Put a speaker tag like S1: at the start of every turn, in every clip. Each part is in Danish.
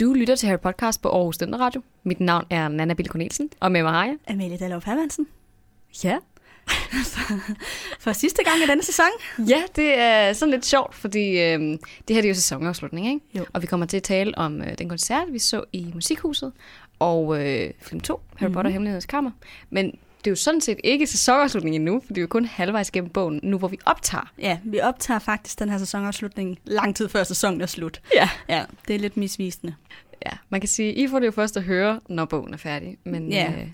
S1: Du lytter til Harry Podcast på Aarhus Studenter Radio. Mit navn er Nana Bille Cornelsen, og med mig har jeg...
S2: Amalie Dallov Hermansen.
S1: Ja.
S2: For sidste gang i denne sæson.
S1: Ja, det er sådan lidt sjovt, fordi øh, det her det er jo sæsonafslutning, ikke?
S2: Jo.
S1: Og vi kommer til at tale om øh, den koncert, vi så i Musikhuset, og øh, film 2, Harry Potter og Hemmelighedens Kammer. Men det er jo sådan set ikke sæsonafslutning endnu, for det er jo kun halvvejs gennem bogen, nu hvor vi optager.
S2: Ja, vi optager faktisk den her sæsonafslutning lang tid før sæsonen er slut.
S1: Ja.
S2: Ja, det er lidt misvisende.
S1: ja. Man kan sige, I får det jo først at høre, når bogen er færdig, men
S2: Ja.
S1: øh,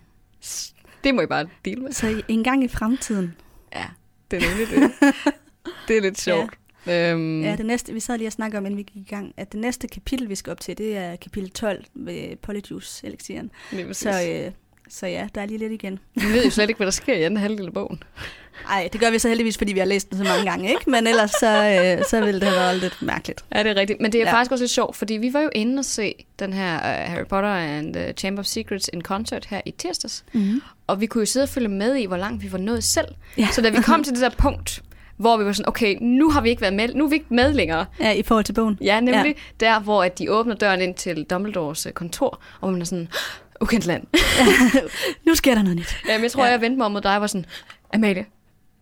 S1: s- det må I bare dele med.
S2: Så i- en gang i fremtiden.
S1: Ja, det er nemlig det. det er lidt sjovt. Ja. Øhm,
S2: Mm. Ja, det næste, vi sad lige og snakkede om, inden vi gik i gang, at det næste kapitel, vi skal op til, det er kapitel 12 ved polyjuice elixiren
S1: lige præcis.
S2: Så, øh, så ja, der er lige lidt igen.
S1: Vi ved jo slet ikke, hvad der sker i anden halvdel af bogen.
S2: Nej, det gør vi så heldigvis, fordi vi har læst den så mange gange, ikke? Men ellers så, øh, så ville det have været lidt mærkeligt.
S1: Ja, det er rigtigt. Men det er ja.
S2: Ja.
S1: faktisk også lidt sjovt, fordi vi var jo inde og se den her uh, Harry Potter and the Chamber of Secrets in concert her i tirsdags.
S2: Mm-hmm.
S1: Og vi kunne jo sidde og følge med i, hvor langt vi var nået selv. Ja.
S2: Ja.
S1: Så da vi kom til det der punkt, hvor vi var sådan, okay, nu har vi ikke været med, nu er vi ikke med længere.
S2: Ja, i forhold til bogen.
S1: Ja, nemlig ja. der, hvor at de åbner døren ind til Dumbledores øh, kontor, og man er sådan, ukendt land.
S2: Nu sker der noget nyt.
S1: Jamen, jeg tror, ja.
S2: Ja.
S1: jeg vendte mig om mod dig og var sådan, Amalie,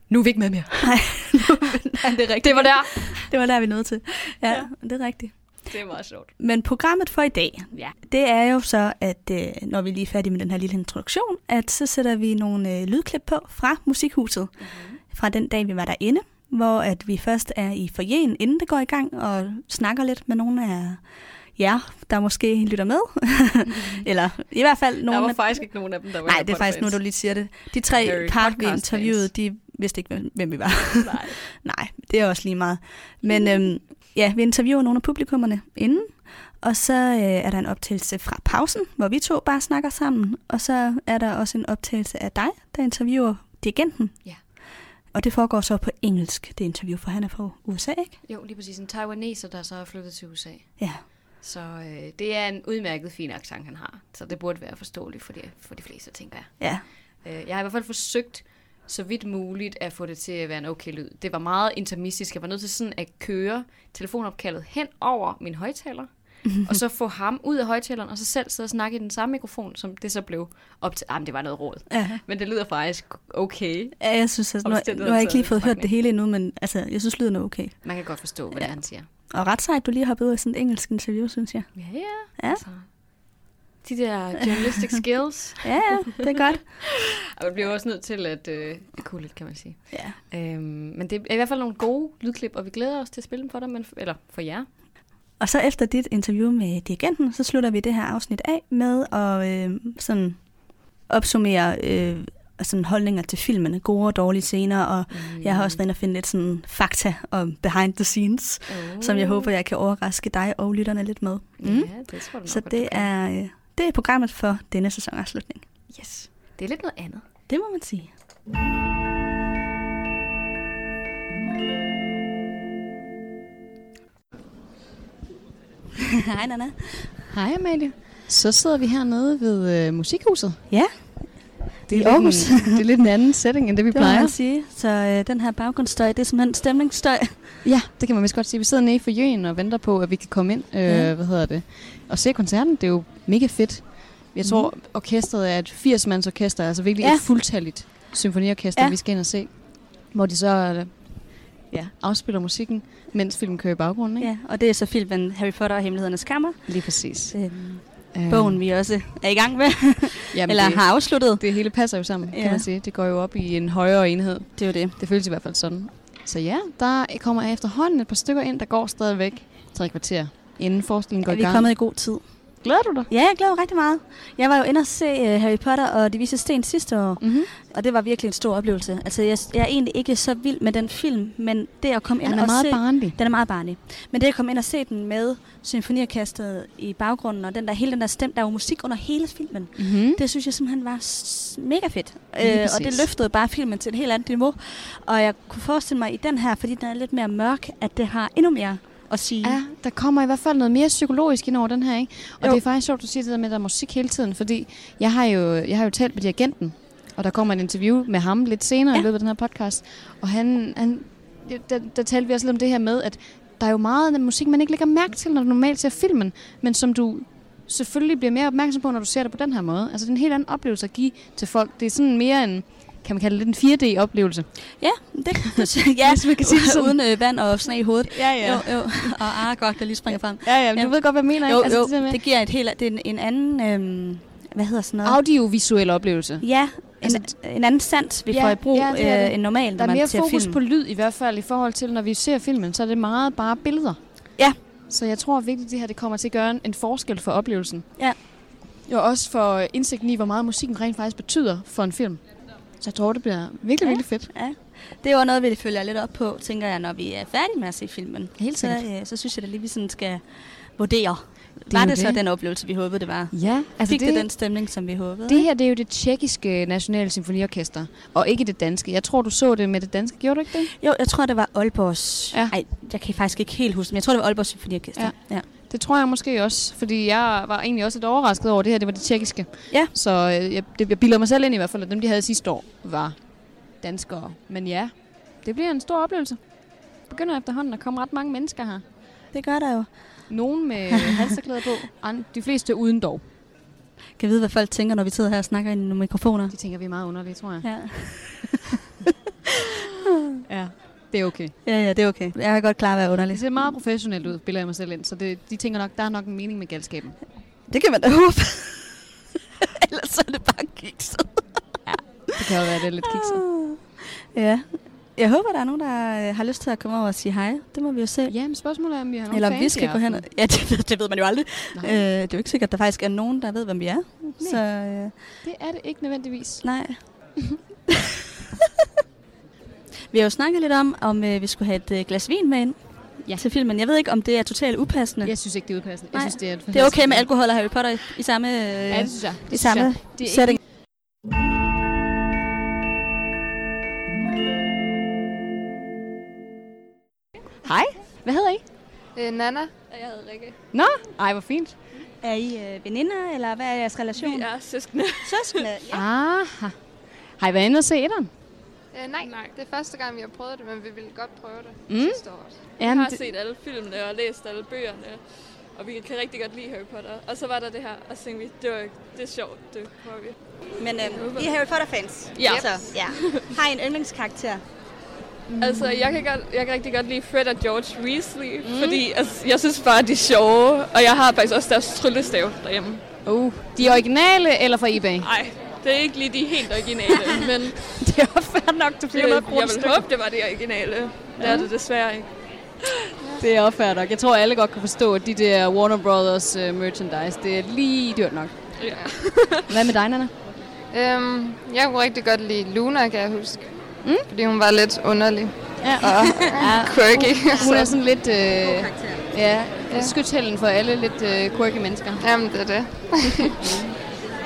S1: nu er vi ikke med mere.
S2: Nej, det er rigtigt.
S1: Det var der.
S2: Det var der, vi nåede til. Ja, ja. det er rigtigt.
S1: Det er meget sjovt.
S2: Men programmet for i dag,
S1: Ja.
S2: det er jo så, at øh, når vi lige er færdige med den her lille introduktion, at så sætter vi nogle øh, lydklip på fra Musikhuset.
S1: Mhm.
S2: Mm-hmm. Fra den dag, vi var derinde, hvor at vi først er i forjen, inden det går i gang, og snakker lidt med nogle af jer, der måske lytter med. Eller i hvert fald
S1: Der
S2: nogle
S1: var
S2: af...
S1: faktisk ikke nogen af dem, der var
S2: Nej, det er faktisk nu, du lige siger det. De
S1: Harry
S2: tre par, vi
S1: Podcast
S2: interviewede,
S1: fans.
S2: de vidste ikke, hvem- hvem vi var.
S1: Nej. Mm.
S2: Nej, det er også lige meget. Men øhm, ja, vi interviewer nogle af publikummerne inden, og så øh, er der en optagelse fra pausen, hvor vi to bare snakker sammen, og så er der også en optagelse af dig, der interviewer dirigenten.
S1: Ja.
S2: Og det foregår så på engelsk, det interview, for han er fra USA, ikke?
S1: Jo, lige præcis. En taiwaneser, der så er flyttet til USA.
S2: Ja.
S1: Så øh, det er en udmærket fin accent, han har. Så det burde være forståeligt for de, for de fleste, tænker jeg.
S2: Ja,
S1: Øh, jeg har i hvert fald forsøgt så vidt muligt at få det til at være en okay lyd. Det var meget intermistisk. Jeg var nødt til sådan at køre telefonopkaldet hen over min højtaler, og så få ham ud af højtaleren, og så selv sidde og snakke i den samme mikrofon, som det så blev op til. Jamen, det var noget råd.
S2: ja.
S1: Men det lyder faktisk okay.
S2: ja jeg synes, at nu, nu har jeg ikke lige fået hørt det hele endnu, men altså, jeg synes, lyden er okay.
S1: Man kan godt forstå, hvad ja. det er, han siger.
S2: Og ret sejt, du lige har ud i sådan et engelsk interview, synes jeg.
S1: Ja, ja.
S2: Ja.
S1: Altså, de der journalistic skills.
S2: Ja, ja, det er godt.
S1: Og man bliver jo også nødt til at øh, kunne lidt, kan man sige.
S2: Ja.
S1: Øhm, men det er i hvert fald nogle gode lydklip, og vi glæder os til at spille dem for dig, men, eller for jer.
S2: Og så efter dit interview med dirigenten, så slutter vi det her afsnit af med at øh, sådan opsummere øh, sådan holdninger til filmene, gode og dårlige scener, og mm. jeg har også været inde og finde lidt sådan fakta om behind the scenes,
S1: Oh.
S2: mm. som jeg håber, jeg kan overraske dig og lytterne lidt med. Mm.
S1: Ja, det tror du nok,
S2: Så
S1: godt, du
S2: det
S1: kan.
S2: er, øh, det er programmet for denne sæsonafslutning.
S1: Yes. Det er lidt noget andet.
S2: Det må man sige. Hej Nana.
S1: Hej Amalie. Så sidder vi hernede ved øh, Musikhuset.
S2: Ja,
S1: Det
S2: I lidt Aarhus.
S1: En, det er lidt en anden setting, end vi
S2: Det må man sige. Så øh, den her baggrundsstøj, det er simpelthen stemningsstøj.
S1: Ja, det kan man vist godt sige. Vi sidder nede for jøen og venter på, at vi kan komme ind, øh, ja.
S2: Ja.
S1: hvad hedder det, og se koncerten. Det er jo mega fedt. Jeg tror, mm. orkestret er et 80-mands orkester, altså virkelig ja.
S2: Mhm. Ja.
S1: et fuldtalligt symfoniorkester, ja.
S2: Ja.
S1: vi skal ind og se. Hvor de så øh, ja, afspiller musikken, mens filmen kører i baggrunden, ikke?
S2: Ja, og det er så filmen Harry Potter og Hemmelighedernes Kammer.
S1: Lige præcis.
S2: Øhm,
S1: Øh,
S2: bogen vi også er i gang med,
S1: Jamen,
S2: eller
S1: Eller det,
S2: har afsluttet.
S1: det hele passer jo sammen, ja.
S2: Ja.
S1: kan man sige. Det går jo op i en højere enhed.
S2: Det er jo det.
S1: Det føles i hvert fald sådan. Så ja, der kommer efterhånden et par stykker ind, der går stadigvæk tre kvarter, inden forestillingen går i
S2: Er vi er
S1: gang.
S2: kommet i god tid.
S1: Glæder du dig?
S2: Ja, jeg glæder mig rigtig meget. Jeg var jo inde og se uh, Harry Potter og De Vise Sten sidste år,
S1: Mm-hmm.
S2: og det var virkelig en stor oplevelse. Altså, jeg, jeg er egentlig ikke så vild med den film, men det at komme ind
S1: Han er
S2: og
S1: meget
S2: se...
S1: barnlig.
S2: Den er meget barnlig. Men det at komme ind og se den med symfoniorkestret i baggrunden, og den der, hele den der stem, der er jo musik under hele filmen.
S1: Mm-hmm.
S2: Det synes jeg simpelthen var s- mega fedt.
S1: Lige
S2: Øh, og det
S1: præcis.
S2: løftede bare filmen til et helt andet niveau. Og jeg kunne forestille mig i den her, fordi den er lidt mere mørk, at det har endnu mere at sige.
S1: Ja, der kommer i hvert fald noget mere psykologisk ind over den her, ikke? Og jo.
S2: Jo.
S1: det er faktisk sjovt, du siger det der med, at der er musik hele tiden, fordi jeg har jo, jeg har jo talt med dirigenten, og der kommer et interview med ham lidt senere ja. i
S2: Ja.
S1: løbet af den her podcast, og han, han ja, der, der talte vi også lidt om det her med, at der er jo meget af den musik, man ikke lægger mærke til, når du normalt ser filmen, men som du
S3: selvfølgelig bliver mere opmærksom på, når du ser det på den her måde. Altså, det er en helt anden oplevelse at give til folk. Det er sådan mere en, kan man kalde det lidt en 4D-oplevelse.
S2: Ja, det, ja
S3: Hvis man kan sige det sådan.
S2: uden øh, vand og sne i hovedet.
S3: Ja,
S2: Jo, jo. Og ah, godt, der lige springer frem.
S3: Ja, ja, men
S2: Ja.
S3: du ved godt, hvad jeg mener,
S2: Jo,
S3: ikke?
S1: Altså,
S3: Altså,
S2: jo,
S3: det der med
S2: det giver et helt, det er en, en anden, øhm, hvad hedder sådan noget?
S3: audiovisuel oplevelse.
S2: Ja, en,
S3: Altså-
S2: en anden sans, vi
S3: Ja,
S2: får i brug
S3: ja, det er
S2: øh,
S3: det.
S2: end normalt,
S3: Der
S2: når
S3: er
S2: man
S3: mere
S2: ser
S3: fokus
S2: film.
S3: på lyd i hvert fald i forhold til, når vi ser filmen, så er det meget bare billeder.
S2: Ja.
S3: Så jeg tror virkelig, at det her det kommer til at gøre en- en forskel for oplevelsen.
S2: Ja.
S3: Jo, også for øh, indsigten i, hvor meget musikken rent faktisk betyder for en film. Så jeg tror, det bliver virkelig,
S2: Ja.
S3: virkelig fedt.
S2: Ja. Det er jo noget, vi følger lidt op på, tænker jeg, når vi er færdige med at se filmen.
S3: Helt
S2: Så,
S3: sikkert.
S2: øh, så synes jeg da lige, vi sådan skal vurdere.
S3: er
S2: var
S3: jo
S2: det, så
S3: det.
S2: den oplevelse, vi håbede, det var?
S3: Ja,
S2: Altså Fik det, det den stemning, som vi håbede?
S3: det her det er jo det tjekkiske nationale symfoniorkester, og ikke det danske. Jeg tror, du så det med det danske, gjorde du ikke det?
S2: Jo, jeg tror, det var Aalborgs...
S3: Ja.
S2: Ja. Ej, jeg kan faktisk ikke helt huske, men jeg tror, det var Aalborgs Symfoniorkester.
S3: Ja.
S2: Ja. ja.
S3: Det tror jeg måske også, fordi jeg var egentlig også lidt overrasket over, at det her det var det tjekkiske.
S2: Ja.
S3: Så øh, jeg, det, jeg bilder mig selv ind i hvert fald, at dem, de havde sidste år, var danskere. Men ja, det bliver en stor oplevelse. Begynder efterhånden at komme ret mange mennesker her.
S2: Det gør der jo.
S3: Nogen med halserklæder på, and- de fleste uden dog.
S2: Kan vide, hvad folk tænker, når vi sidder her og snakker ind i nogle mikrofoner.
S3: De tænker, vi er meget underlige, tror jeg.
S2: Ja.
S3: Ja. Det er okay.
S2: ja, ja, det er okay. Jeg kan godt klare at være underlig.
S3: Det ser meget professionelt ud, bilder jeg mig selv ind. Så det, de tænker nok, der er nok en mening med galskaben.
S2: Det kan man da håbe. Ellers er det bare kikset.
S3: Det kan jo være, det er lidt kikset.
S2: Ah. Ja. Jeg håber, der er nogen, der øh, har lyst til at komme over og sige hej. Det må vi jo se.
S3: Ja, men spørgsmålet er, om vi har nogle
S2: Eller om
S3: fans
S2: vi
S3: i
S2: skal gå
S3: aften.
S2: hen. og- Ja, det, ved- det ved man jo aldrig.
S3: Nej.
S2: Øh, det er jo ikke sikkert, at der faktisk er nogen, der ved, hvem vi er. Så øh,
S3: Det er det ikke nødvendigvis.
S2: nej. vi har jo snakket lidt om, om øh, vi skulle have et øh, glas vin med ind
S3: Ja.
S2: ja. til filmen. Jeg ved ikke, om det er totalt upassende.
S3: Jeg synes ikke, det er udpassende. Jeg
S2: Nej.
S3: synes, det er et
S2: Det er okay med alkohol og Harry Potter i, i samme, øh,
S3: Ja,
S2: ja,
S3: det synes jeg.
S2: i
S3: Det synes
S2: samme
S3: jeg. Det er
S2: sætning.
S3: Hej. Hvad hedder I?
S4: Øh, Nana.
S3: Nå, ej, hvor fint.
S2: Er I øh, veninder, eller hvad er jeres relation?
S4: Vi er søskende.
S2: Søskende, ja.
S3: Aha. Har I været inde og se etteren?
S4: Øh, nej, nej, det er første gang, vi har prøvet det, men vi ville godt prøve det
S3: Mm.
S4: mm. sidste år.
S5: Jeg har
S3: det,
S5: set alle filmene og læst alle bøgerne, og vi kan rigtig godt lide Harry Potter. Og så var der det her, og så tænkte vi, det, var, det er sjovt, det prøver vi.
S2: Men øhm, I er Harry Potter-fans.
S5: Ja.
S2: Så, ja. Har I en yndlingskarakter?
S3: Mm.
S5: Altså, jeg kan, godt, jeg kan rigtig godt lide Fred og George Weasley, mm. fordi altså, jeg synes bare, de er sjove, og jeg har faktisk også deres tryllestav derhjemme.
S3: uh, de er originale eller fra eBay?
S5: Nej, det er ikke lige de helt originale, men
S3: det er jo fair nok, det
S5: det, jeg vil håbe, det var det originale. Det er det desværre ikke.
S3: Det er også fair nok. Jeg tror, alle godt kan forstå, at de der Warner Brothers uh, merchandise, det er lige dyrt nok.
S5: Ja.
S3: Hvad med dig, Nana?
S4: Øhm, jeg kunne rigtig godt lide Luna, kan jeg huske. Mm. Fordi hun var lidt underlig.
S3: Ja.
S4: Og
S3: Ja,
S4: quirky.
S3: hun er
S4: så,
S3: sådan lidt... Øh, ja, skytshælden for alle lidt øh, quirky mennesker.
S4: jamen, det er det.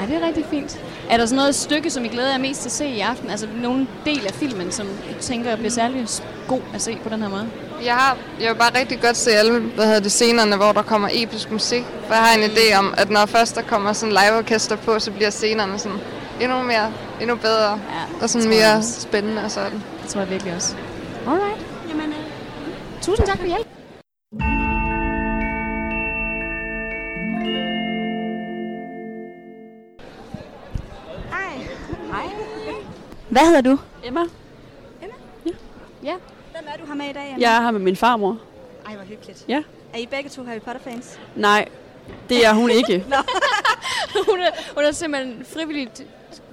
S3: Ja, det er rigtig fint. Er der sådan noget stykke, som I glæder jer mest til at se i aften? Altså nogen del af filmen, som du tænker bliver særlig god at se på den her måde?
S4: Jeg, har, jeg vil bare rigtig godt se alle hvad hedder det, scenerne, hvor der kommer episk musik. For jeg har en idé om, at når først der kommer sådan liveorkester på, så bliver scenerne sådan endnu mere, endnu bedre.
S3: Ja,
S4: og sådan
S3: det tror jeg
S4: mere
S3: også.
S4: spændende og sådan.
S3: Det tror jeg virkelig også. Alright. Jamen, øh. Tusind tak for hjælp.
S2: Hvad hedder du?
S6: Emma,
S2: Hvem er du her med i dag, Anna?
S6: jeg er her med min farmor.
S2: Ej, hvor hyggeligt.
S6: Ja.
S2: Er I begge to Harry Potter-fans?
S6: Nej, det er hun ikke.
S3: hun, er, hun er simpelthen frivilligt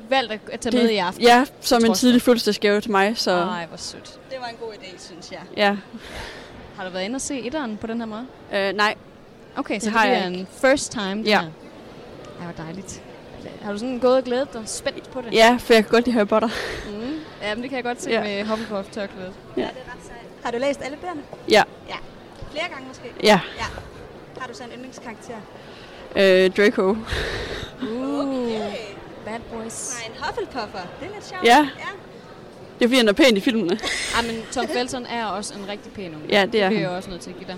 S3: valgt at tage med i aften.
S6: Ja, som en
S3: Trods
S6: tidlig fødselsdagsgave til mig, så
S2: Ah.
S3: Ej, hvor sødt.
S2: Det var en god idé, synes jeg.
S6: ja.
S3: Har du været inde og se etteren på den her måde?
S6: Øh, nej,
S3: Okay, så det,
S6: har jeg
S3: bliver en first time. det
S6: Ja.
S3: her. Ej, hvor dejligt. Har du sådan gået og glædet dig spændt på det?
S6: ja, for jeg kan godt lide Harry Potter.
S3: Mm. ja men det kan jeg godt se
S6: Ja.
S3: med Hufflepuff-tørklædet.
S6: Ja.
S2: det er ret sejt. Har du læst alle bøgerne?
S6: Ja,
S2: Flere gange måske?
S6: ja.
S2: Har du så en yndlingskarakter?
S6: Øh, Draco.
S3: Uh, bad boys.
S2: en Hufflepuffer. Det er lidt sjovt.
S6: Ja. Det er fordi, han er pæn i filmene.
S3: Ej, men Tom Felton er også en rigtig pæn unge.
S6: Ja, det er
S3: Det er jeg
S6: han.
S3: også nødt til at give dig.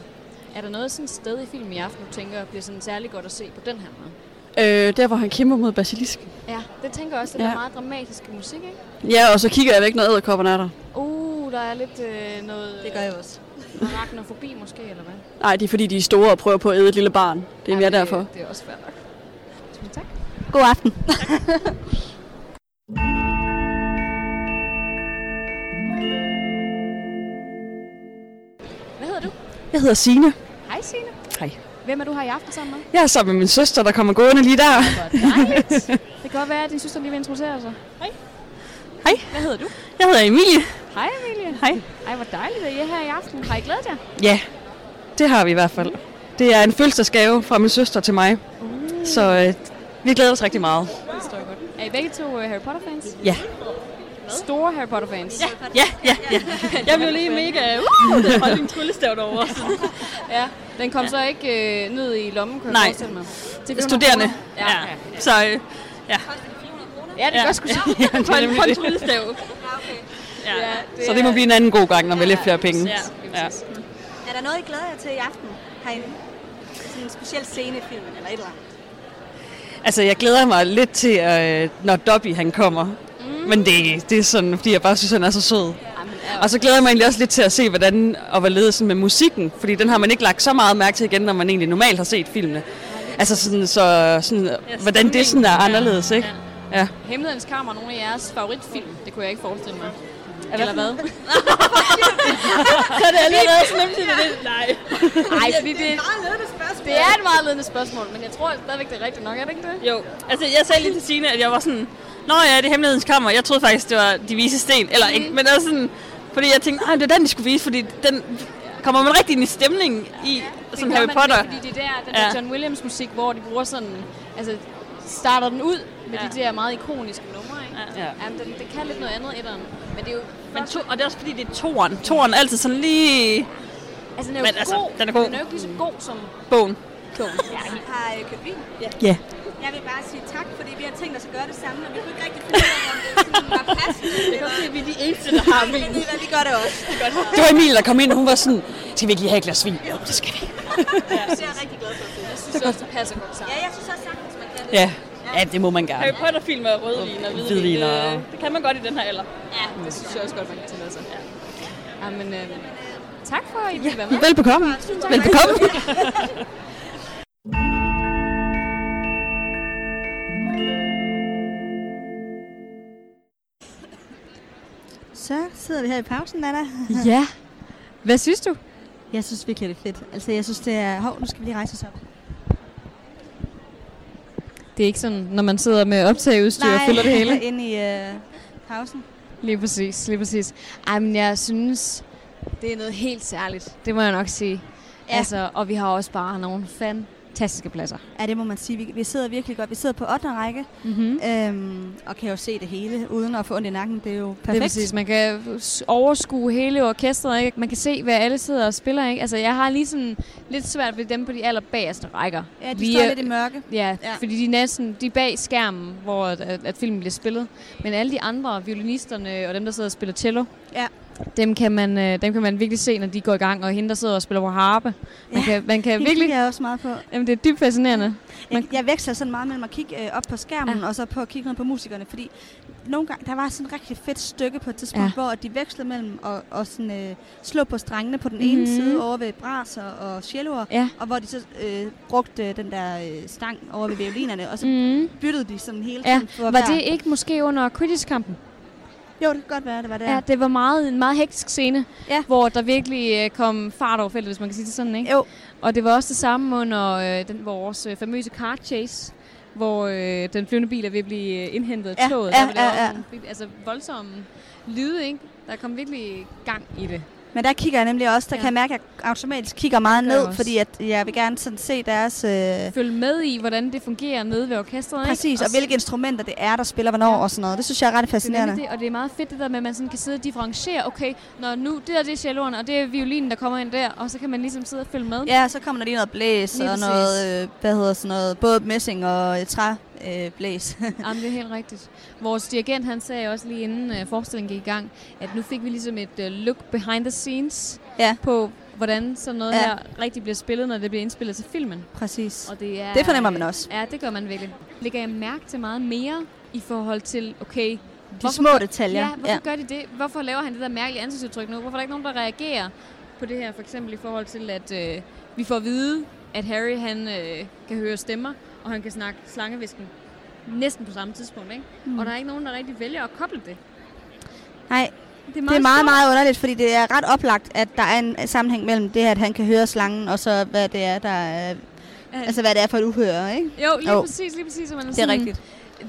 S3: Er der noget sådan sted i filmen i aften, du tænker, bliver sådan særlig godt at se på den her måde?
S6: Øh, der, hvor han kæmper mod basilisken.
S3: Ja, det tænker jeg også, at
S6: Ja.
S3: der er meget dramatisk musik, ikke?
S6: Ja, og så kigger jeg væk, når æderkopperne er der.
S3: Uh, der er lidt øh, noget...
S2: Det gør jeg også.
S3: øh, Arachnofobi måske, eller hvad?
S6: Nej, det er fordi, de er store og prøver på at æde et lille barn. Det er mere
S3: det,
S6: derfor.
S3: Det er også fair nok.
S7: God aften.
S3: Hvad hedder du?
S6: Jeg hedder Signe.
S3: Hej Signe.
S6: Hej.
S3: Hvem er du her i aften sammen med?
S6: Jeg er sammen med min søster, der kommer gående lige der.
S3: Hvor dejligt. Det kan godt være, at din søster lige vil introducere sig. Hej.
S6: Hej.
S3: Hvad hedder du?
S6: Jeg hedder Emilie.
S3: Hej Emilie.
S6: Hej.
S3: Ej, hvor dejligt, at I er her i aften. Har I glædet jer? Mm.
S6: Ja, det har vi i hvert fald. Det er en fødselsdagsgave fra min søster til mig.
S3: Mm.
S6: Så øh, vi glæder os rigtig meget.
S3: Er I begge to øh, Harry Potter-fans?
S6: Ja.
S3: Store Harry Potter-fans? Ja.
S6: Ja, ja, ja.
S5: Jeg blev lige mega... Uh, der holdt en tryllestav derovre.
S3: ja. Den kom ja. så ikke øh, ned i lommen, kunne
S6: Nej.
S3: jeg forestille mig. Til 400
S6: Studerende.
S3: kroner? Ja. ja.
S6: Så øh,
S3: Ja, det
S6: Ja.
S3: gør sgu ja.
S5: På en, på en tryllestav.
S3: ja,
S6: så det må blive en anden god gang, når vi lidt flere penge.
S5: Ja.
S6: Ja.
S2: Er der noget, I glæder jer til i aften herinde? Sådan en speciel scenefilm eller et eller andet?
S6: Altså, jeg glæder mig lidt til, øh, når Dobby han kommer. Mm. Men det, det er sådan, fordi jeg bare synes, han er så sød. Og så glæder jeg mig egentlig også lidt til at se, hvordan og hvorledes sådan med musikken. Fordi den har man ikke lagt så meget mærke til igen, når man egentlig normalt har set filmene. Altså sådan, så, sådan, hvordan det sådan er anderledes, ikke? Ja.
S3: Hemmelighedens Kammer er nogle af jeres favoritfilm. Det kunne jeg ikke forestille mig. Eller hvad?
S5: Så er det allerede sådan nemt, det er Nej.
S3: Nej, fordi det,
S2: Meget ledende spørgsmål.
S3: det er et meget ledende spørgsmål, men jeg tror stadigvæk, det er rigtigt nok, er det ikke det?
S5: Jo, altså jeg sagde lige til Signe, at jeg var sådan, Nå ja, det er hemmelighedens kammer. Jeg troede faktisk, det var de vise sten. Eller ikke,
S3: Mm.
S5: men også sådan, fordi jeg tænkte, nej, det er den, de skulle vise, fordi den kommer man rigtig ind i stemningen i, som
S3: gør
S5: Harry
S3: man
S5: Potter.
S3: lidt, Fordi det er der, den der
S5: Ja.
S3: John Williams musik, hvor de bruger sådan, altså starter den ud med ja. de der meget ikoniske numre, ikke?
S5: Ja.
S3: Jamen, den, det kan lidt noget andet, etteren. Men det er jo,
S5: Men to, og det er også fordi, det er toren. Toren er altid sådan lige
S3: altså, den er jo
S5: men
S3: god,
S5: altså, den er god.
S3: den er jo ikke lige så god som
S5: bogen.
S2: Har I købt vin?
S6: Ja.
S2: Jeg vil bare sige tak, fordi vi har tænkt os at gøre det samme, og vi kunne ikke rigtig finde ud af, om det sådan var passende. Det kan se, vi er de eneste, der har vin. Men vi gør det også. Vi gør det også.
S6: Det var Emil, der kom ind, og hun var sådan, skal vi ikke lige have et glas vin? Jo, det skal vi.
S2: Så jeg er rigtig glad for det.
S3: Jeg synes også, det passer godt sammen.
S2: Ja, jeg synes også sagtens, man kan det.
S6: Ja, ja det må man gerne.
S5: Harry Potter-film er rødvin og
S6: Hvidvin, og-
S5: Det kan man godt i den her alder.
S3: Ja, det synes jeg også godt, man kan tillade sig. Ja. Jamen, øh, tak for, at I ville være med.
S6: Velbekomme. Velbekomme.
S2: Så sidder vi her i pausen, Anna.
S3: Ja. Hvad synes du?
S2: Jeg synes virkelig, det er fedt. Altså, jeg synes, det er... Hov, nu skal vi lige rejse os op.
S3: Det er ikke sådan, når man sidder med optageudstyr og fylder det hele.
S2: inde i øh, pausen.
S3: Lige præcis, lige præcis. Ej, men jeg synes, det er noget helt særligt. Det må jeg nok sige. Ja.
S2: Ja.
S3: Altså, og vi har også bare nogle fantastiske pladser.
S2: Ja, det må man sige. Vi, vi sidder virkelig godt. Vi sidder på 8. række,
S3: Mm-hmm.
S2: øhm, og kan jo se det hele, uden at få ondt i nakken. Det er jo
S3: Det er
S2: perfekt.
S3: præcis. Man kan s- overskue hele orkestret, ikke? Man kan se, hvad alle sidder og spiller, ikke? Altså, jeg har lige sådan lidt svært ved dem på de allerbagerste rækker.
S2: Ja, de
S3: Vi
S2: vi, står
S3: er-
S2: lidt i mørke.
S3: Ja, ja,
S2: Ja.
S3: fordi de er næsten de er bag skærmen, hvor at, at, at filmen bliver spillet. Men alle de andre, violinisterne og dem, der sidder og spiller cello,
S2: Ja.
S3: dem, kan man, øh, dem kan man virkelig se, når de går i gang. Og hende, der sidder og spiller på harpe. Man
S2: Ja,
S3: kan, man kan
S2: Hende
S3: virkelig
S2: kigger jeg også meget på.
S3: Jamen, det er dybt fascinerende.
S2: Jeg, jeg veksler sådan meget mellem at kigge øh, op på skærmen, ja. og så på at kigge ned på musikerne, fordi nogle gange, der var sådan et rigtig fedt stykke på et tidspunkt,
S3: Ja.
S2: ja. hvor de vekslede mellem at og sådan, øh, slå på strengene på den ene
S3: Mhm.
S2: side over ved braser og celloer,
S3: Ja.
S2: og hvor de så øh, brugte øh, den der øh, stang over ved violinerne, og så
S3: Mm.
S2: byttede de sådan hele
S3: Ja,
S2: tiden. for
S3: var
S2: hver-
S3: det ikke måske under kritisk-kampen?
S2: Jo, det kan godt være, det var der.
S3: Ja. ja, det var meget, en meget hektisk scene,
S2: Ja.
S3: hvor der virkelig øh, kom fart over feltet, hvis man kan sige det sådan, ikke?
S2: Jo.
S3: Og det var også det samme under øh, den, vores øh, famøse car chase, hvor øh, den flyvende bil er ved at blive øh, indhentet af
S2: Ja,
S3: toget.
S2: ja,
S3: Der var det
S2: ja,
S3: også
S2: ja.
S3: nogle virkelig- Altså voldsomme lyde, ikke? Der kom virkelig gang i det.
S2: Men der kigger jeg nemlig også, der
S3: Ja.
S2: ja. kan jeg mærke, at jeg automatisk kigger meget
S3: Det gør jeg
S2: ned,
S3: også.
S2: fordi at jeg vil gerne sådan se deres... Øh,
S3: Følg med i, hvordan det fungerer nede ved orkestret,
S2: præcis,
S3: ikke?
S2: og hvilke instrumenter det er, der spiller hvornår
S3: Ja.
S2: ja. og sådan noget. Det synes jeg er ret
S3: Det er
S2: fascinerende.
S3: nemlig det, og det er meget fedt det der med, at man sådan kan sidde og differentiere, okay, når nu det der det er celloen, og det er violinen, der kommer ind der, og så kan man ligesom sidde og følge med.
S2: Ja, så kommer der lige noget blæs
S3: Lige
S2: og
S3: præcis.
S2: noget, øh, hvad hedder sådan noget, både messing og øh, træ, øh, blæs.
S3: Jamen, det er helt rigtigt. Vores dirigent, han sagde også lige inden øh, forestillingen gik i gang, at nu fik vi ligesom et øh, look behind the scenes
S2: Ja.
S3: på, hvordan sådan noget ja.
S2: Ja.
S3: her rigtig bliver spillet, når det bliver indspillet til filmen.
S2: Præcis.
S3: Og det, er,
S2: Det fornemmer man også.
S3: Ja, det gør man virkelig. Lægger jeg mærke til meget mere i forhold til, okay,
S2: De
S3: hvorfor
S2: små detaljer.
S3: Ja, hvorfor ja. gør de det? Hvorfor laver han det der mærkelige ansigtsudtryk nu? Hvorfor er der ikke nogen, der reagerer på det her, for eksempel i forhold til, at øh, vi får at vide,
S5: at Harry han øh, kan høre stemmer, og han kan snakke slangevisken næsten på samme tidspunkt, ikke? Mm. Og der er ikke nogen, der rigtig vælger at koble det.
S2: Nej,
S5: Det er
S2: det er meget,
S5: stort.
S2: meget underligt, fordi det er ret oplagt, at der er en sammenhæng mellem det, at han kan høre slangen, og så hvad det er, der er,
S5: Ja.
S2: altså hvad det er for et uhøre, ikke?
S5: Jo, lige
S2: Jo.
S5: oh. præcis, lige præcis. Og man er
S2: Det er
S5: sådan,
S2: rigtigt.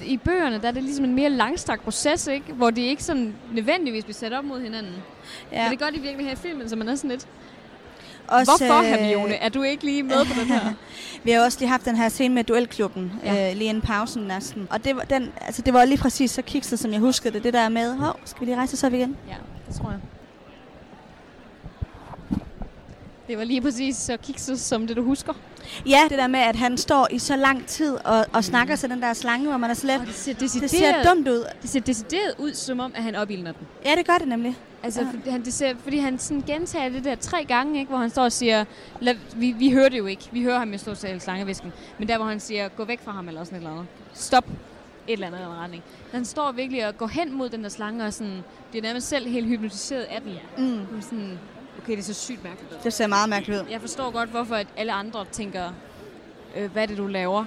S5: I bøgerne, der er det ligesom en mere langstrakt proces, ikke? Hvor de ikke sådan nødvendigvis bliver sat op mod hinanden. Ja. Men det gør de virkelig her i filmen, så man er sådan lidt...
S2: Også,
S5: Hvorfor,
S2: øh,
S5: Hermione, er du ikke lige med på den her?
S2: Vi har også lige haft den her scene med duelklubben, ja.
S5: Ja.
S2: øh, lige inden pausen næsten. Og det var, den, altså, det var lige præcis så kikset, som jeg huskede det, det der med, hov, skal vi lige rejse os op igen?
S5: Ja, det tror jeg. Det var lige præcis så kikset, som det du husker.
S2: Ja, det der med, at han står i så lang tid og, og snakker til den der slange, hvor man er slet...
S5: Og det ser
S2: Det
S5: decideret,
S2: ser dumt ud.
S5: det ser decideret ud, som om, at han opildner den.
S2: Ja, det gør det nemlig.
S5: Altså,
S2: Ja.
S5: ja. fordi, han, det ser, fordi han sådan gentager det der tre gange, ikke, hvor han står og siger, Lad, vi, vi hører det jo ikke, vi hører ham jo stå og tale slangevisken, men der, hvor han siger, gå væk fra ham, eller sådan et eller andet. Stop. Et eller andet i den retning. Han står virkelig og går hen mod den der slange, og sådan, bliver nærmest selv helt hypnotiseret af den.
S2: Mm.
S5: Ja. Sådan, okay, det er så sygt mærkeligt. ud.
S2: Det ser meget mærkeligt ud.
S5: Jeg forstår godt, hvorfor at alle andre tænker, øh, hvad er det, du laver?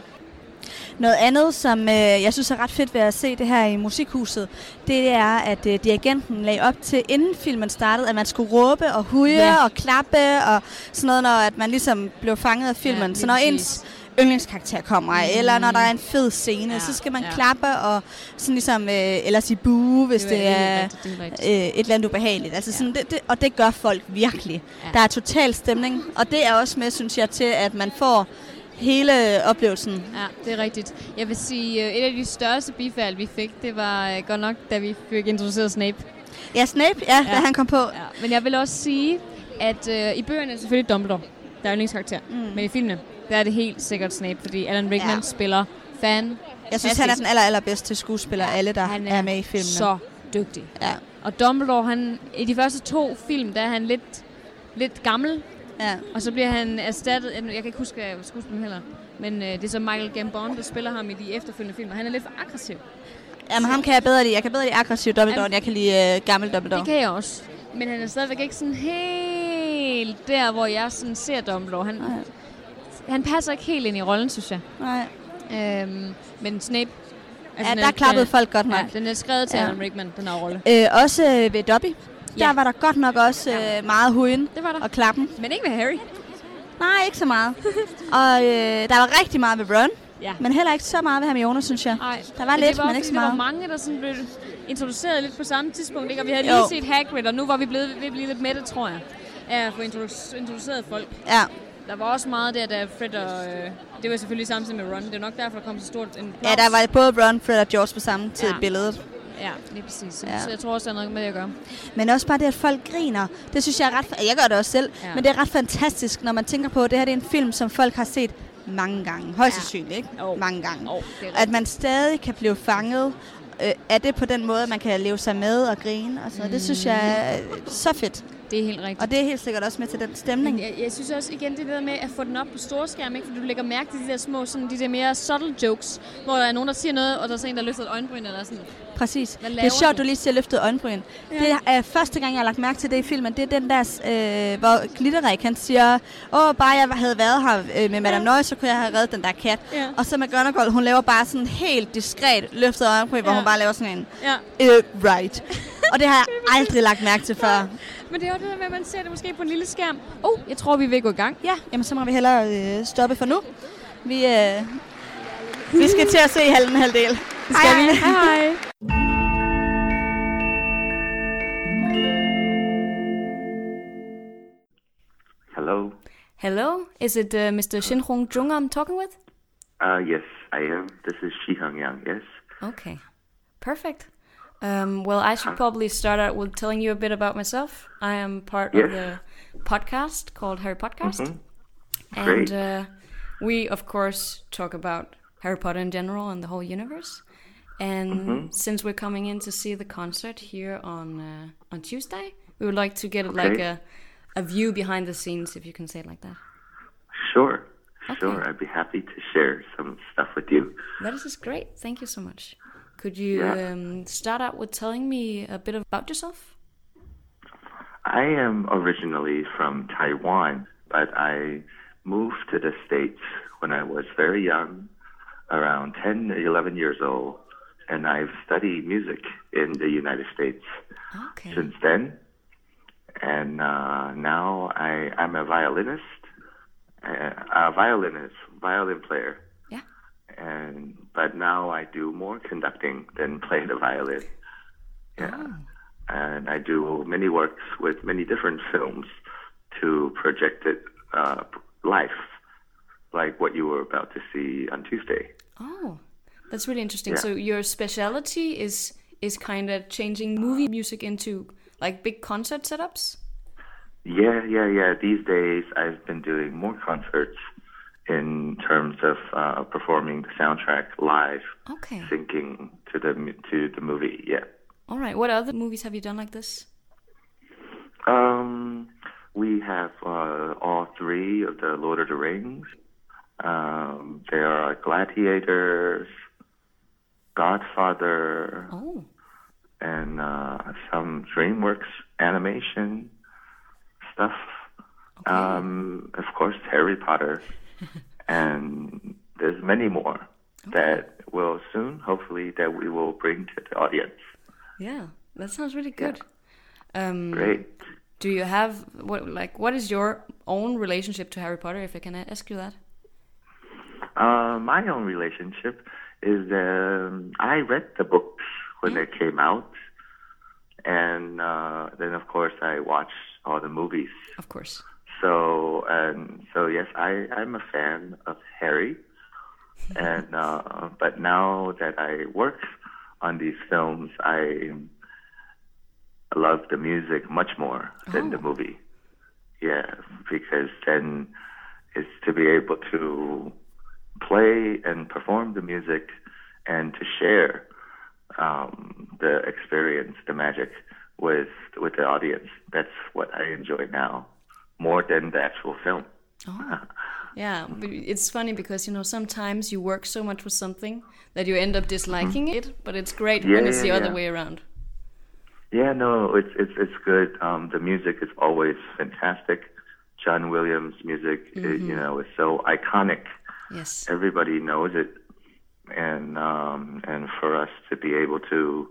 S2: Noget andet, som øh, jeg synes er ret fedt ved at se det her i musikhuset, det er, at øh, dirigenten lagde op til, inden filmen startede, at man skulle råbe og huje ja.
S5: Ja.
S2: og klappe og sådan noget, når at man ligesom blev fanget af filmen. Ja,
S5: lige
S2: så når
S5: præcis.
S2: ens yndlingskarakter kommer, mm. eller når der er en fed scene, ja,
S5: Ja,
S2: så skal man ja.
S5: ja.
S2: klappe og sådan ligesom, øh, eller sige bue, hvis det,
S5: var
S2: det
S5: helt
S2: er
S5: rigtigt, det er helt rigtigt.
S2: øh, et eller andet ubehageligt. Altså sådan, ja. det, det, og det gør folk virkelig. Ja.
S5: Ja.
S2: Der er total stemning, og det er også med, synes jeg, til, at man får hele oplevelsen
S5: Ja, det er rigtigt. Jeg vil sige, øh, et af de største bifald, vi fik, det var øh, godt nok, da vi fik introduceret Snape.
S2: Ja, Snape, ja, ja. da
S5: Ja.
S2: han kom på. Ja.
S5: Ja, men jeg vil også sige, at øh, i bøgerne er det selvfølgelig Dumbledore, der er yndlingskarakter. Mm. Men i filmene, der er det helt sikkert Snape, fordi Alan Rickman
S2: Ja.
S5: ja. spiller fan.
S2: Jeg synes, han er den aller, allerbedste skuespiller af alle, der
S5: Han
S2: er, er med i filmen.
S5: så dygtig.
S2: Ja.
S5: Og Dumbledore, han, i de første to film, der er han lidt, lidt gammel,
S2: Ja.
S5: og så bliver han erstattet, jeg kan ikke huske hvad skuespilleren heller, men øh, det er så Michael Gambon, der spiller ham i de efterfølgende film, og han er lidt for aggressiv.
S2: Jamen, ham kan jeg bedre lide. Jeg kan bedre lide aggressiv Dumbledore, end jeg kan lide øh, gammel Dumbledore.
S5: Det kan jeg også. Men han er stadigvæk ikke sådan helt der, hvor jeg sådan ser Dumbledore. Han,
S2: Nej.
S5: han passer ikke helt ind i rollen, synes jeg.
S2: Nej.
S5: Øhm, men Snape... altså,
S2: Ja,
S5: den
S2: der klappede
S5: den
S2: folk godt nok.
S5: Ja, den er skrevet til
S2: Ja.
S5: ja. Alan Rickman, den her rolle.
S2: Øh, også øh, ved Dobby. Ja.
S5: Ja.
S2: Der var der godt nok også øh, meget hujen
S5: Det var der.
S2: og klappen.
S5: Men ikke med Harry.
S2: Nej, ikke så meget. og øh, der var rigtig meget ved Ron,
S5: Ja.
S2: men heller ikke så meget ved Hermione, synes jeg.
S5: Nej,
S2: Der var lidt,
S5: det var,
S2: men ikke så
S5: fordi Der
S2: meget.
S5: var mange, der sådan blev introduceret lidt på samme tidspunkt, ikke? og vi havde
S2: Jo.
S5: lige set Hagrid, og nu var vi blevet ved at blive lidt mætte, tror jeg, af at få introdu- introduceret folk.
S2: Ja.
S5: Der var også meget der, da Fred og... Øh, det var selvfølgelig samtidig med Ron. Det var nok derfor, der kom så stort en
S2: ja, der var både Ron, Fred og George på samme tid i
S5: Ja.
S2: billedet.
S5: Ja, lige præcis. Så,
S2: Ja.
S5: ja. så jeg tror også, der er noget med det at gøre.
S2: Men også bare det, at folk griner. Det synes jeg er ret... Jeg gør det også selv, ja.
S5: Ja.
S2: men det er ret fantastisk, når man tænker på, at det her det er en film, som folk har set mange gange. Højst
S5: Ja.
S2: sandsynligt, ikke?
S5: Jo.
S2: Mange gange.
S5: Jo, det er
S2: at man stadig kan blive fanget øh, af det på den måde, man kan leve sig med og grine og sådan noget. Det synes jeg er øh, så fedt.
S5: Det er helt rigtigt.
S2: Og det er helt sikkert også med til den
S5: Men
S2: stemning.
S5: jeg, jeg synes også igen det der med at få den op på storskærm, ikke? Fordi du lægger mærke til de der små, sådan, de der mere subtle jokes, hvor der er nogen, der siger noget, og der er så en, der løfter et øjenbryn eller sådan.
S2: Præcis.
S5: Hvad
S2: Det er
S5: laver
S2: sjovt, du?
S5: du?
S2: lige siger løftet øjenbryn. Ja. Det er øh, første gang, jeg har lagt mærke til det i filmen. Det er den der, øh, hvor Glitterik han siger, åh, bare jeg havde været her øh, med Madame ja. Nøje, så kunne jeg have reddet den der kat.
S5: Ja.
S2: Og så McGonagall, hun laver bare sådan helt diskret løftet øjenbryn, ja. hvor
S5: Ja.
S2: hun bare laver sådan en,
S5: Ja.
S2: øh, right. Og det har jeg aldrig lagt mærke til før.
S5: Men det er jo det der med, at man ser det måske på en lille skærm. Oh, jeg tror, vi er ved at gå i gang.
S2: Ja, jamen så må vi hellere øh, stoppe for nu. Vi, øh, vi skal til at se halv en halvdel. Det skal hej, vi. Hej, hej.
S8: Hello.
S1: Hello, is it uh, Mr. Shinhong Jung I'm talking with?
S8: Uh, yes, I am. This is Shi Hang Yang. Yes.
S1: Okay, perfect. Um, well, I should probably start out with telling you a bit about myself. I am part of
S8: Yes. Mm-hmm.
S1: the podcast called Harry Podcast, and
S8: Great.
S1: uh, we, of course, talk about Harry Potter in general and the whole universe. And
S8: Mm-hmm.
S1: since we're coming in to see the concert here on uh, on Tuesday, we would like to get like
S8: Okay.
S1: a a view behind the scenes, if you can say it like that.
S8: Sure. Sure. I'd be happy to share some stuff with you.
S1: That is just great. Thank you so much. Could you
S8: Yeah.
S1: um, start out with telling me a bit about yourself?
S8: I am originally from Taiwan, but I moved to the States when I was very young, around 10, 11 years old, and I've studied music in the United States
S1: Okay.
S8: since then. And uh, now I, I'm a violinist, uh, a violinist, violin player.
S1: Yeah.
S8: And but now I do more conducting than play the violin.
S1: Oh.
S8: Yeah. And I do many works with many different films to project it uh, life, like what you were about to see on Tuesday.
S1: Oh, that's really interesting.
S8: Yeah.
S1: So your specialty is is kind of changing movie music into like big concert setups.
S8: Yeah, yeah, yeah. These days, I've been doing more concerts in terms of uh, performing the soundtrack live,
S1: Okay.
S8: syncing to the mu- to the movie. Yeah.
S1: All right. What other movies have you done like this?
S8: Um, we have uh, all three of the Lord of the Rings. Um, there are Gladiators, Godfather,
S1: Oh,
S8: and uh, some DreamWorks animation stuff. Um, of course, Harry Potter, and there's many more that will soon, hopefully, that we will bring to the audience.
S1: yeah. That sounds really good. Um,
S8: Great.
S1: Do you have what like what is your own relationship to Harry Potter? If I can ask you that.
S8: Uh, my own relationship is um, I read the books when
S1: Mm.
S8: they came out, and uh, then of course I watched all the movies.
S1: Of course.
S8: So and so yes, I I'm a fan of Harry, and uh, but now that I work on these films, I love the music much more than
S1: Oh.
S8: the movie. Yeah, because then it's to be able to play and perform the music and to share um, the experience, the magic with with the audience. That's what I enjoy now more than the actual film.
S1: Yeah, but it's funny because you know sometimes you work so much with something that you end up disliking it, but it's great when
S8: Yeah,
S1: it's the
S8: yeah,
S1: other
S8: yeah.
S1: way around.
S8: Yeah, no, it's it's it's good. Um, the music is always fantastic. John Williams' music, i- you know, is so iconic.
S1: Yes.
S8: Everybody knows it, and um, and for us to be able to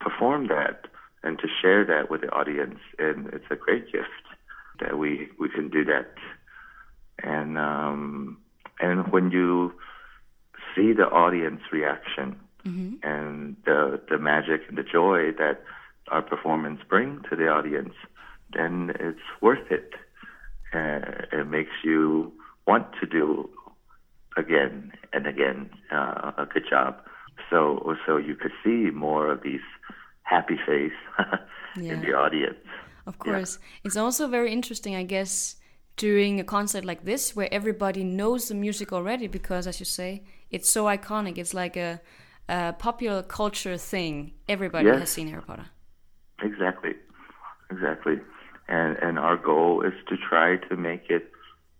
S8: perform that and to share that with the audience, and it's a great gift that we we can do that. And um, and when you see the audience reaction and the the magic and the joy that our performance bring to the audience, then it's worth it. Uh, it makes you want to do again and again uh, a good job. So so you could see more of these happy face in the audience.
S1: Of course. It's also very interesting, I guess, during a concert like this where everybody knows the music already because, as you say, it's so iconic. It's like a, a popular culture thing. Everybody
S8: Yes.
S1: has seen Harry Potter.
S8: Exactly, exactly. And and our goal is to try to make it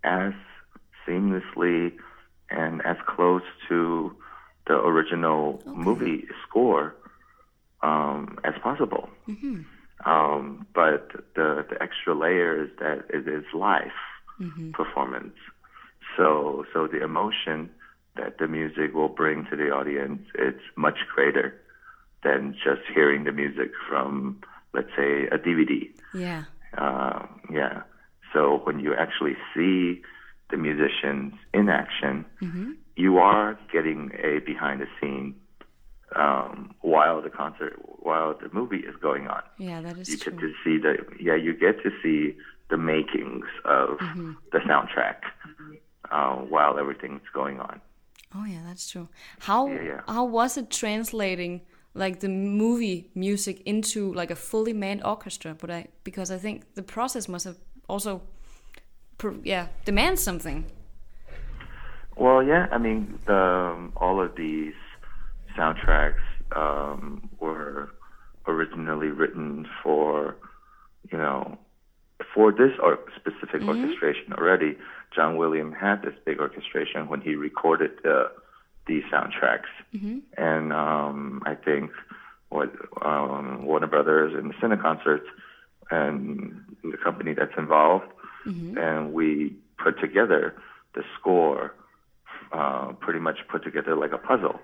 S8: as seamlessly and as close to the original movie score um, as possible. Um, but the the extra layer is that it is live performance. So so the emotion that the music will bring to the audience it's much greater than just hearing the music from, let's say, a DVD.
S1: Yeah.
S8: Uh, yeah. So when you actually see the musicians in action, you are getting a behind the scene um, while the concert, while the movie is going on.
S1: Yeah, that is
S8: you
S1: true.
S8: get to see the yeah, you get to see the makings of
S1: Mm-hmm.
S8: the soundtrack uh, while everything's going on.
S1: Oh yeah, that's true. How
S8: yeah.
S1: how was it translating like the movie music into like a fully manned orchestra? But I because I think the process must have also, pro- yeah, demands something.
S8: Well, yeah, I mean, the, um, all of these soundtracks um, were originally written for, you know, for this or- specific orchestration already. John Williams had this big orchestration when he recorded the these soundtracks, and um, I think what um, Warner Brothers and the Cine Concerts and the company that's involved, and we put together the score, uh, pretty much put together like a puzzle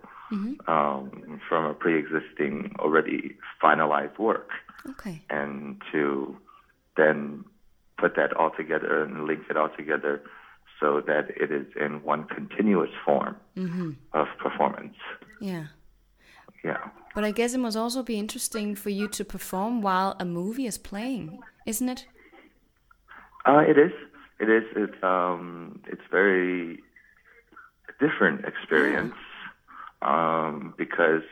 S8: um, from a pre-existing, already finalized work,
S1: Okay.
S8: and to then put that all together and link it all together so that it is in one continuous form of performance.
S1: Yeah.
S8: Yeah.
S1: But I guess it must also be interesting for you to perform while a movie is playing, isn't it?
S8: Uh, it is. It is. It's um, it's very different experience um, because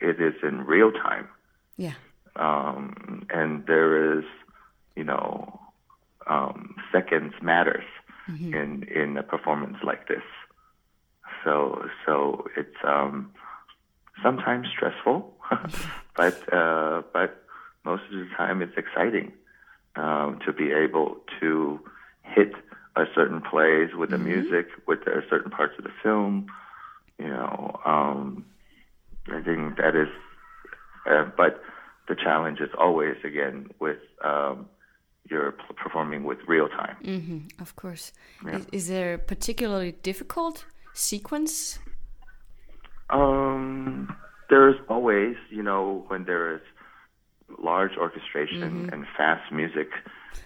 S8: it is in real time,
S1: Yeah.
S8: um, and there is, you know, um, seconds matters in in a performance like this. So so it's um, sometimes stressful, but uh, but most of the time it's exciting um, to be able to hit a certain place with the music, with the certain parts of the film. You know, um, I think that is, uh, but the challenge is always again with um, you're p- performing with real time.
S1: Of course. Is, is there a particularly difficult sequence?
S8: Um, there's always, you know, when there is large orchestration and fast music,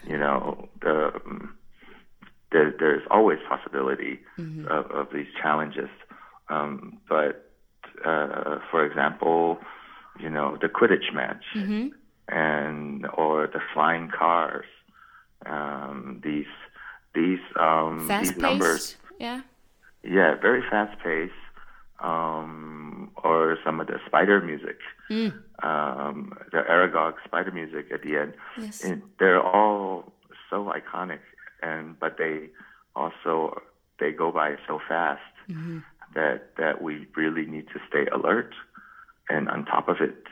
S8: you know, the, um, there, there's always possibility of, of these challenges. Um, but uh, for example, you know, the Quidditch match and or the flying cars, um, these these um,
S1: Fast
S8: these numbers
S1: paced? Yeah.
S8: yeah, very fast paced. Um, or some of the spider music, um, the Aragog spider music at the end.
S1: Yes.
S8: And they're all so iconic, and but they also they go by so fast that that we really need to stay alert and on top of it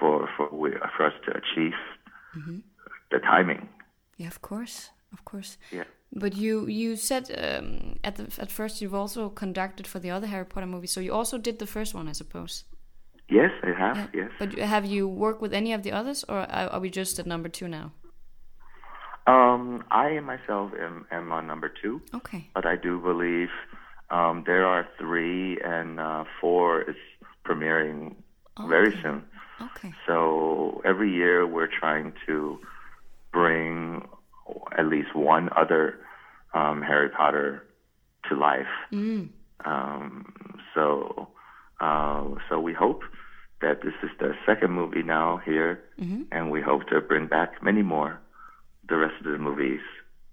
S8: for for we, for us to achieve the timing.
S1: Yeah, of course. Of course.
S8: Yeah.
S1: But you you said um, at the at first you've also conducted for the other Harry Potter movie, so you also did the first one, I suppose.
S8: Yes, I have. Yes.
S1: But have you worked with any of the others, or are are we just at number two now?
S8: Um, I myself am, am on number two.
S1: Okay.
S8: but I do believe um, there are three, and uh, four is premiering very soon.
S1: Oh, Okay.
S8: So every year we're trying to bring at least one other um, Harry Potter to life.
S1: Mm.
S8: Um, so uh, so we hope that this is the second movie now here,
S1: Mm-hmm.
S8: and we hope to bring back many more the rest of the movies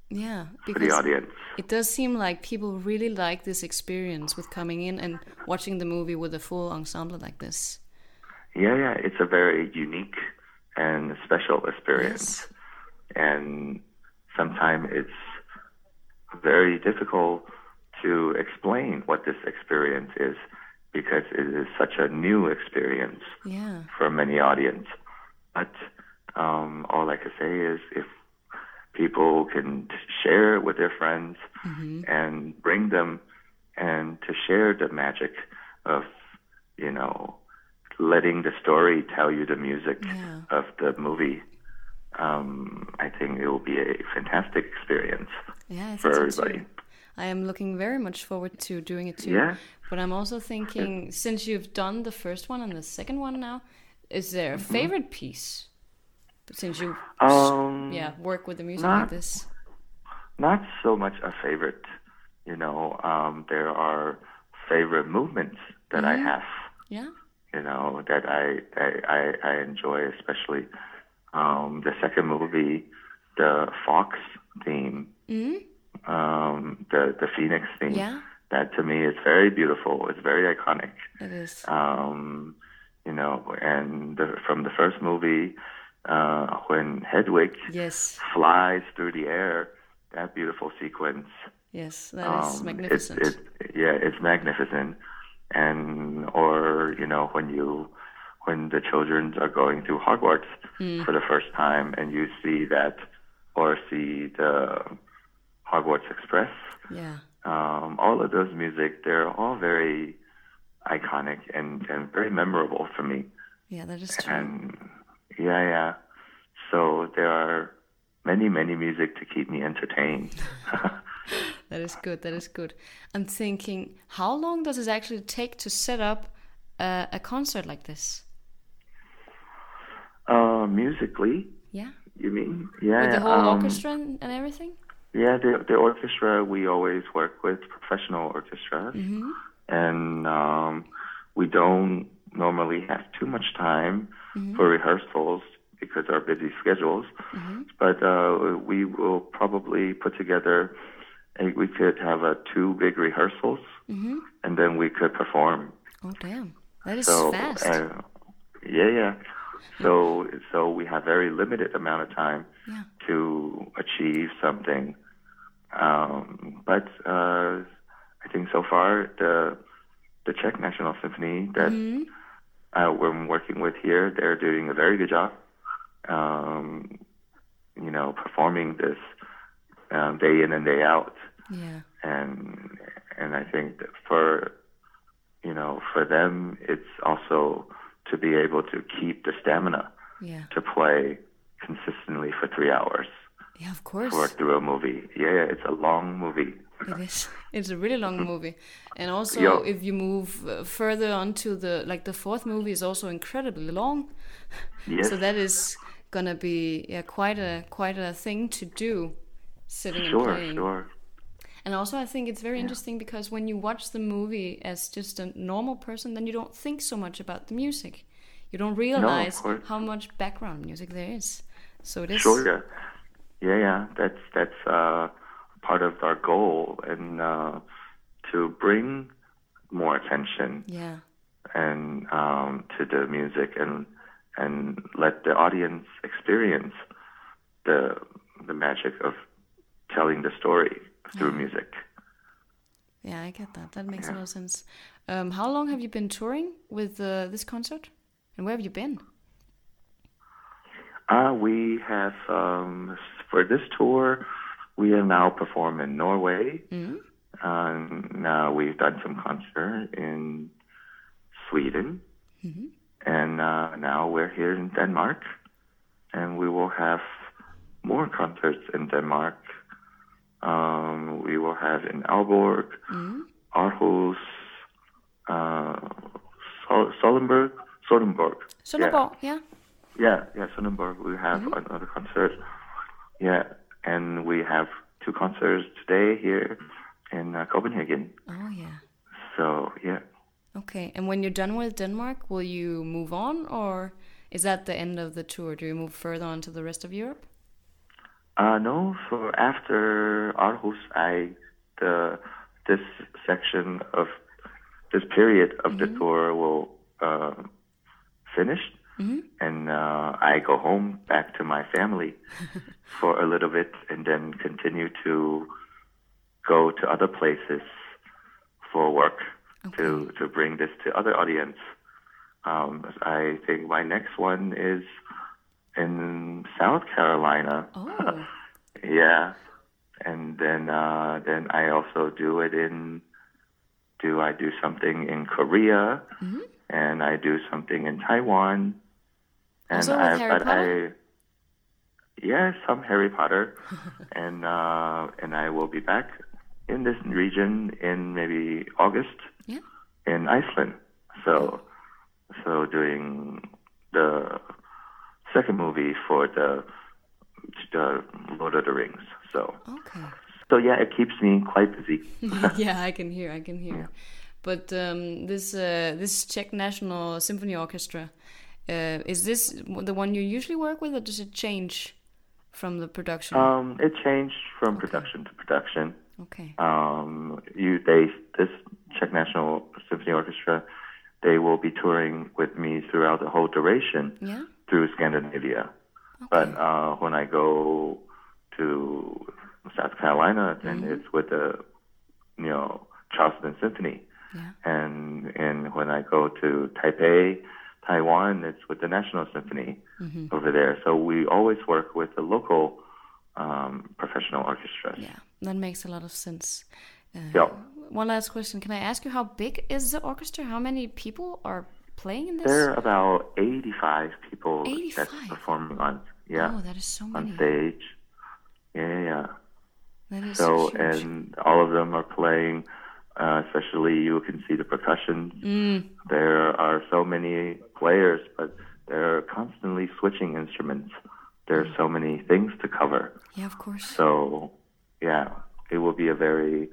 S1: Yeah.
S8: for the
S1: Because
S8: audience.
S1: It does seem like people really like this experience with coming in and watching the movie with a full ensemble like this.
S8: Yeah, yeah, it's a very unique and special experience, and sometimes it's very difficult to explain what this experience is because it is such a new experience
S1: Yeah.
S8: for many audience. But um, all I could say is if people can t- share it with their friends
S1: Mm-hmm.
S8: and bring them and to share the magic of, you know, letting the story tell you the music
S1: Yeah.
S8: of the movie. Um, I think it will be a fantastic experience
S1: Yeah. I think
S8: for
S1: so
S8: everybody.
S1: too. I am looking very much forward to doing it too.
S8: Yeah.
S1: But I'm also thinking, since you've done the first one and the second one now, is there a
S8: Mm-hmm.
S1: favorite piece? Since you,
S8: Um,
S1: yeah, work with the music like
S8: not-
S1: this.
S8: not so much a favorite. You know, um, there are favorite movements that
S1: Mm-hmm.
S8: I have.
S1: Yeah.
S8: you know that I I I, I enjoy especially um, the second movie, the Fox theme, um, the the Phoenix theme.
S1: Yeah.
S8: That to me is very beautiful. It's very iconic.
S1: It is.
S8: Um, you know, and the, from the first movie, uh, when Hedwig
S1: Yes.
S8: flies through the air, that beautiful sequence.
S1: Yes. That is
S8: Um,
S1: magnificent.
S8: It's, it's, yeah, it's magnificent. And or you know when you when the children are going through Hogwarts for the first time and you see that or see the Hogwarts Express,
S1: yeah.
S8: um, all of those music they're all very iconic and and very memorable for me.
S1: Yeah. That is true.
S8: And yeah, yeah. So there are many many music to keep me entertained.
S1: That is good. That is good. I'm thinking, how long does it actually take to set up a, a concert like this?
S8: Uh, musically,
S1: Yeah,
S8: you mean? Yeah.
S1: with the whole
S8: um,
S1: orchestra and and everything.
S8: Yeah, the, the orchestra we always work with professional orchestras,
S1: Mm-hmm.
S8: and um, we don't normally have too much time
S1: Mm-hmm.
S8: for rehearsals because our busy schedules.
S1: Mm-hmm.
S8: But uh, we will probably put together. A, we could have uh two big rehearsals,
S1: Mm-hmm.
S8: and then we could perform
S1: Oh damn, that is
S8: so
S1: fast.
S8: uh, yeah, yeah. So so we have very limited amount of time
S1: Yeah.
S8: to achieve something. Um, but uh, I think so far the the Czech National Symphony that
S1: Mm-hmm.
S8: uh, we're working with here, they're doing a very good job. Um, you know, performing this um, day in and day out
S1: yeah,
S8: and and I think that for you know for them it's also to be able to keep the stamina
S1: yeah,
S8: to play consistently for three hours
S1: yeah. Of course.
S8: to work through a movie. Yeah, yeah, it's a long movie.
S1: It is. It's a really long movie, and also
S8: Yeah.
S1: if you move uh, further onto the like the fourth movie is also incredibly long,
S8: Yes.
S1: so that is gonna be yeah quite a quite a thing to do, sitting and
S8: sure,
S1: playing.
S8: sure.
S1: And also I think it's very interesting because when you watch the movie as just a normal person, then you don't think so much about the music. You don't realize
S8: course.
S1: how much background music there is. So it is.
S8: Sure, yeah. Yeah, yeah. That's that's uh, part of our goal and uh, to bring more attention
S1: Yeah.
S8: and um, to the music and and let the audience experience the the magic of telling the story through music.
S1: Yeah, I get that. That makes a lot of sense. Um, how long have you been touring with uh, this concert? And where have you been?
S8: Uh, we have um, for this tour, we have now performed in Norway. Um, now we've done some concert in Sweden, and uh, now we're here in Denmark, and we will have more concerts in Denmark. Um, we will have in Aalborg, Aarhus, uh, Sol- Sollenberg, Sollenberg.
S1: Sønderborg, yeah.
S8: Yeah, yeah, Sonnenberg. We have another concert. Yeah, and we have two concerts today here in uh, Copenhagen.
S1: Oh, yeah.
S8: So yeah,
S1: Okay. And when you're done with Denmark, will you move on or is that the end of the tour? Do you move further on to the rest of Europe?
S8: uh, no. For after Aarhus, I the this section of this period of the tour will uh, finish, and uh, I go home back to my family for a little bit, and then continue to go to other places for work to to bring this to other audience. Um, I think my next one is in South Carolina.
S1: Oh.
S8: Yeah, and then uh, then I also do it in. Do I do something in Korea,
S1: Mm-hmm.
S8: and I do something in Taiwan, and
S1: Also with
S8: I
S1: Harry
S8: but
S1: Potter?
S8: I yeah some Harry Potter, and uh, and I will be back in this region in maybe August
S1: Yeah.
S8: in Iceland. So so doing the second movie for the the Lord of the Rings. So
S1: Okay.
S8: so yeah, it keeps me quite busy.
S1: Hmm. yeah, I can hear. I can hear. But um, this uh, this Czech National Symphony Orchestra uh, is this w- the one you usually work with, or does it change from the production?
S8: Um, it changed from production to production.
S1: okay.
S8: Um, you they this Czech National Symphony Orchestra, they will be touring with me throughout the whole duration.
S1: yeah.
S8: through Scandinavia. But uh, when I go to South Carolina, then it's with the you know Charleston Symphony,
S1: Yeah.
S8: and and when I go to Taipei, Taiwan, it's with the National Symphony over there. So we always work with the local um, professional orchestras.
S1: Yeah. That makes a lot of sense.
S8: Yeah.
S1: One last question: Can I ask you how big is the orchestra? How many people are playing in this?
S8: There are about 85 people that's
S1: 85?
S8: performing on yeah
S1: oh, that is so
S8: on
S1: many.
S8: stage. Yeah, yeah.
S1: That is
S8: So,
S1: huge.
S8: and all of them are playing, uh, especially you can see the percussion. There are so many players, but they're constantly switching instruments. There are so many things to cover.
S1: yeah, of course.
S8: So, yeah, it will be a very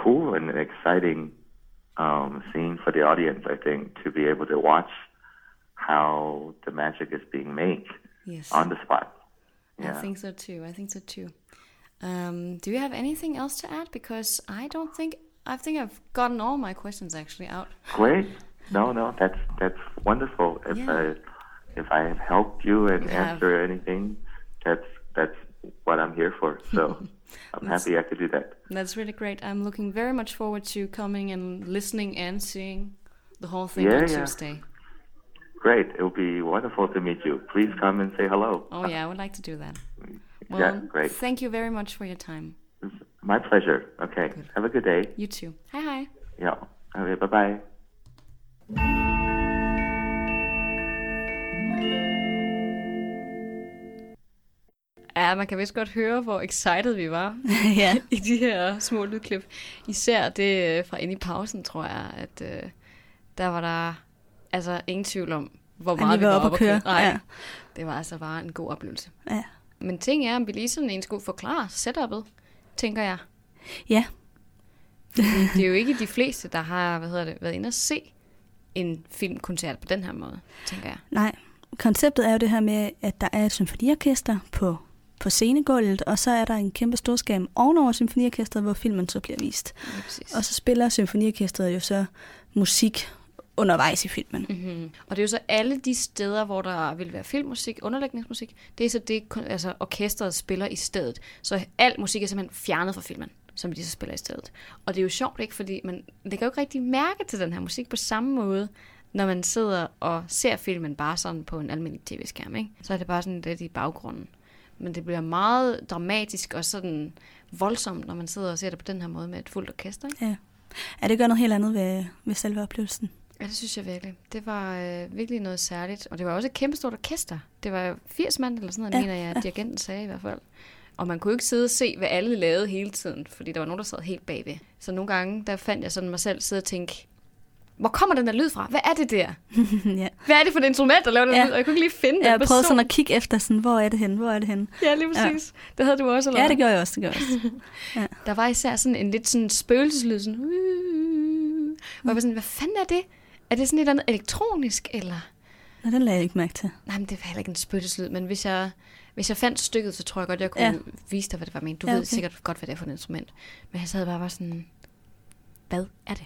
S8: cool and exciting um, scene for the audience, I think, to be able to watch how the magic is being made
S1: Yes.
S8: on the spot.
S1: I
S8: Yeah.
S1: think so too. I think so too. Um, do you have anything else to add? Because I don't think I think I've gotten all my questions actually out.
S8: Great. No, no, that's that's wonderful. If
S1: Yeah.
S8: I if I have helped you and
S1: You have.
S8: answer anything, that's that's what I'm here for. So I'm happy I could do that.
S1: That's really great. I'm looking very much forward to coming and listening and seeing the whole thing
S8: Yeah,
S1: on
S8: yeah.
S1: Tuesday.
S8: Great. It would be wonderful to meet you. Please come and say hello.
S1: Oh yeah, I would like to do that. Well,
S8: yeah, great.
S1: thank you very much for your time.
S8: My pleasure. Okay. Have a good day.
S1: You too. Hi hi.
S8: Yeah. Okay, bye bye.
S1: Ja, man kan vist godt høre, hvor excited vi var
S2: ja.
S1: i de her små lydklip. Især det øh, fra inde i pausen, tror jeg, at øh, der var der altså ingen tvivl om, hvor
S2: vi
S1: meget vi
S2: var
S1: var
S2: oppe
S1: oppe
S2: at
S1: at køre.
S2: køre.
S1: Nej,
S2: Ja.
S1: det var altså bare en god oplevelse.
S2: Ja.
S1: Men ting er, om vi lige sådan en skulle forklare setup'et, tænker jeg.
S2: Ja.
S1: det er jo ikke de fleste, der har hvad hedder det, været inde og se en filmkoncert på den her måde, tænker jeg.
S2: Nej, konceptet er jo det her med, at der er et symfoniorkester på, på scenegulvet, og så er der en kæmpe storskærm ovenover symfoniorkestret, hvor filmen så bliver vist.
S1: Lige præcis.
S2: Og så spiller symfoniorkestret jo så musik undervejs i filmen.
S1: Mm-hmm. Og det er jo så alle de steder, hvor der vil være filmmusik, underlægningsmusik, det er så det, kon- altså orkestret spiller i stedet. Så al musik er simpelthen fjernet fra filmen, som de så spiller i stedet. Og det er jo sjovt, ikke? Fordi man det kan jo ikke rigtig mærke til den her musik på samme måde, når man sidder og ser filmen bare sådan på en almindelig tv-skærm, ikke? Så er det bare sådan lidt i baggrunden. Men det bliver meget dramatisk og sådan voldsomt, når man sidder og ser det på den her måde med et fuldt orkester, ikke?
S2: Ja, det gør noget helt andet ved, ved selve oplevelsen.
S1: Ja, det synes jeg virkelig. Det var øh, virkelig noget særligt. Og det var også et kæmpestort orkester. Det var 80 mand eller sådan noget,
S2: Ja,
S1: ja, mener jeg, at dirigenten sagde i hvert fald. Og man kunne jo ikke sidde og se, hvad alle lavede hele tiden, fordi der var nogen, der sad helt bagved. Så nogle gange, der fandt jeg sådan mig selv sidde og tænke, hvor kommer den der lyd fra? Hvad er det der?
S2: ja.
S1: Hvad er det for et instrument, der laver den
S2: Ja.
S1: ja. lyd? Og jeg kunne ikke lige finde
S2: Jeg
S1: den
S2: har
S1: person.
S2: prøvet sådan at kigge efter, sådan, hvor er det henne, hvor er det henne.
S1: Ja, lige præcis. Ja. Det havde du også, eller
S2: Ja,
S1: hvad?
S2: det gjorde jeg også, det gjorde jeg også.
S1: Der var især sådan en lidt sådan spøgelseslyd, sådan... Uh, hvor jeg var sådan, hvad fanden er det? Er det sådan et eller andet elektronisk, eller...
S2: Nå, den lagde jeg ikke mærke til.
S1: Nej, men det var heller ikke en spytteslyd, men hvis jeg, hvis jeg fandt stykket, så tror jeg godt, jeg kunne
S2: Ja.
S1: ja. vise dig, hvad det var ment. Du
S2: Ja,
S1: ja, okay. ved
S2: okay.
S1: sikkert godt, hvad det er for et instrument. Men jeg sad bare og var sådan, hvad er det?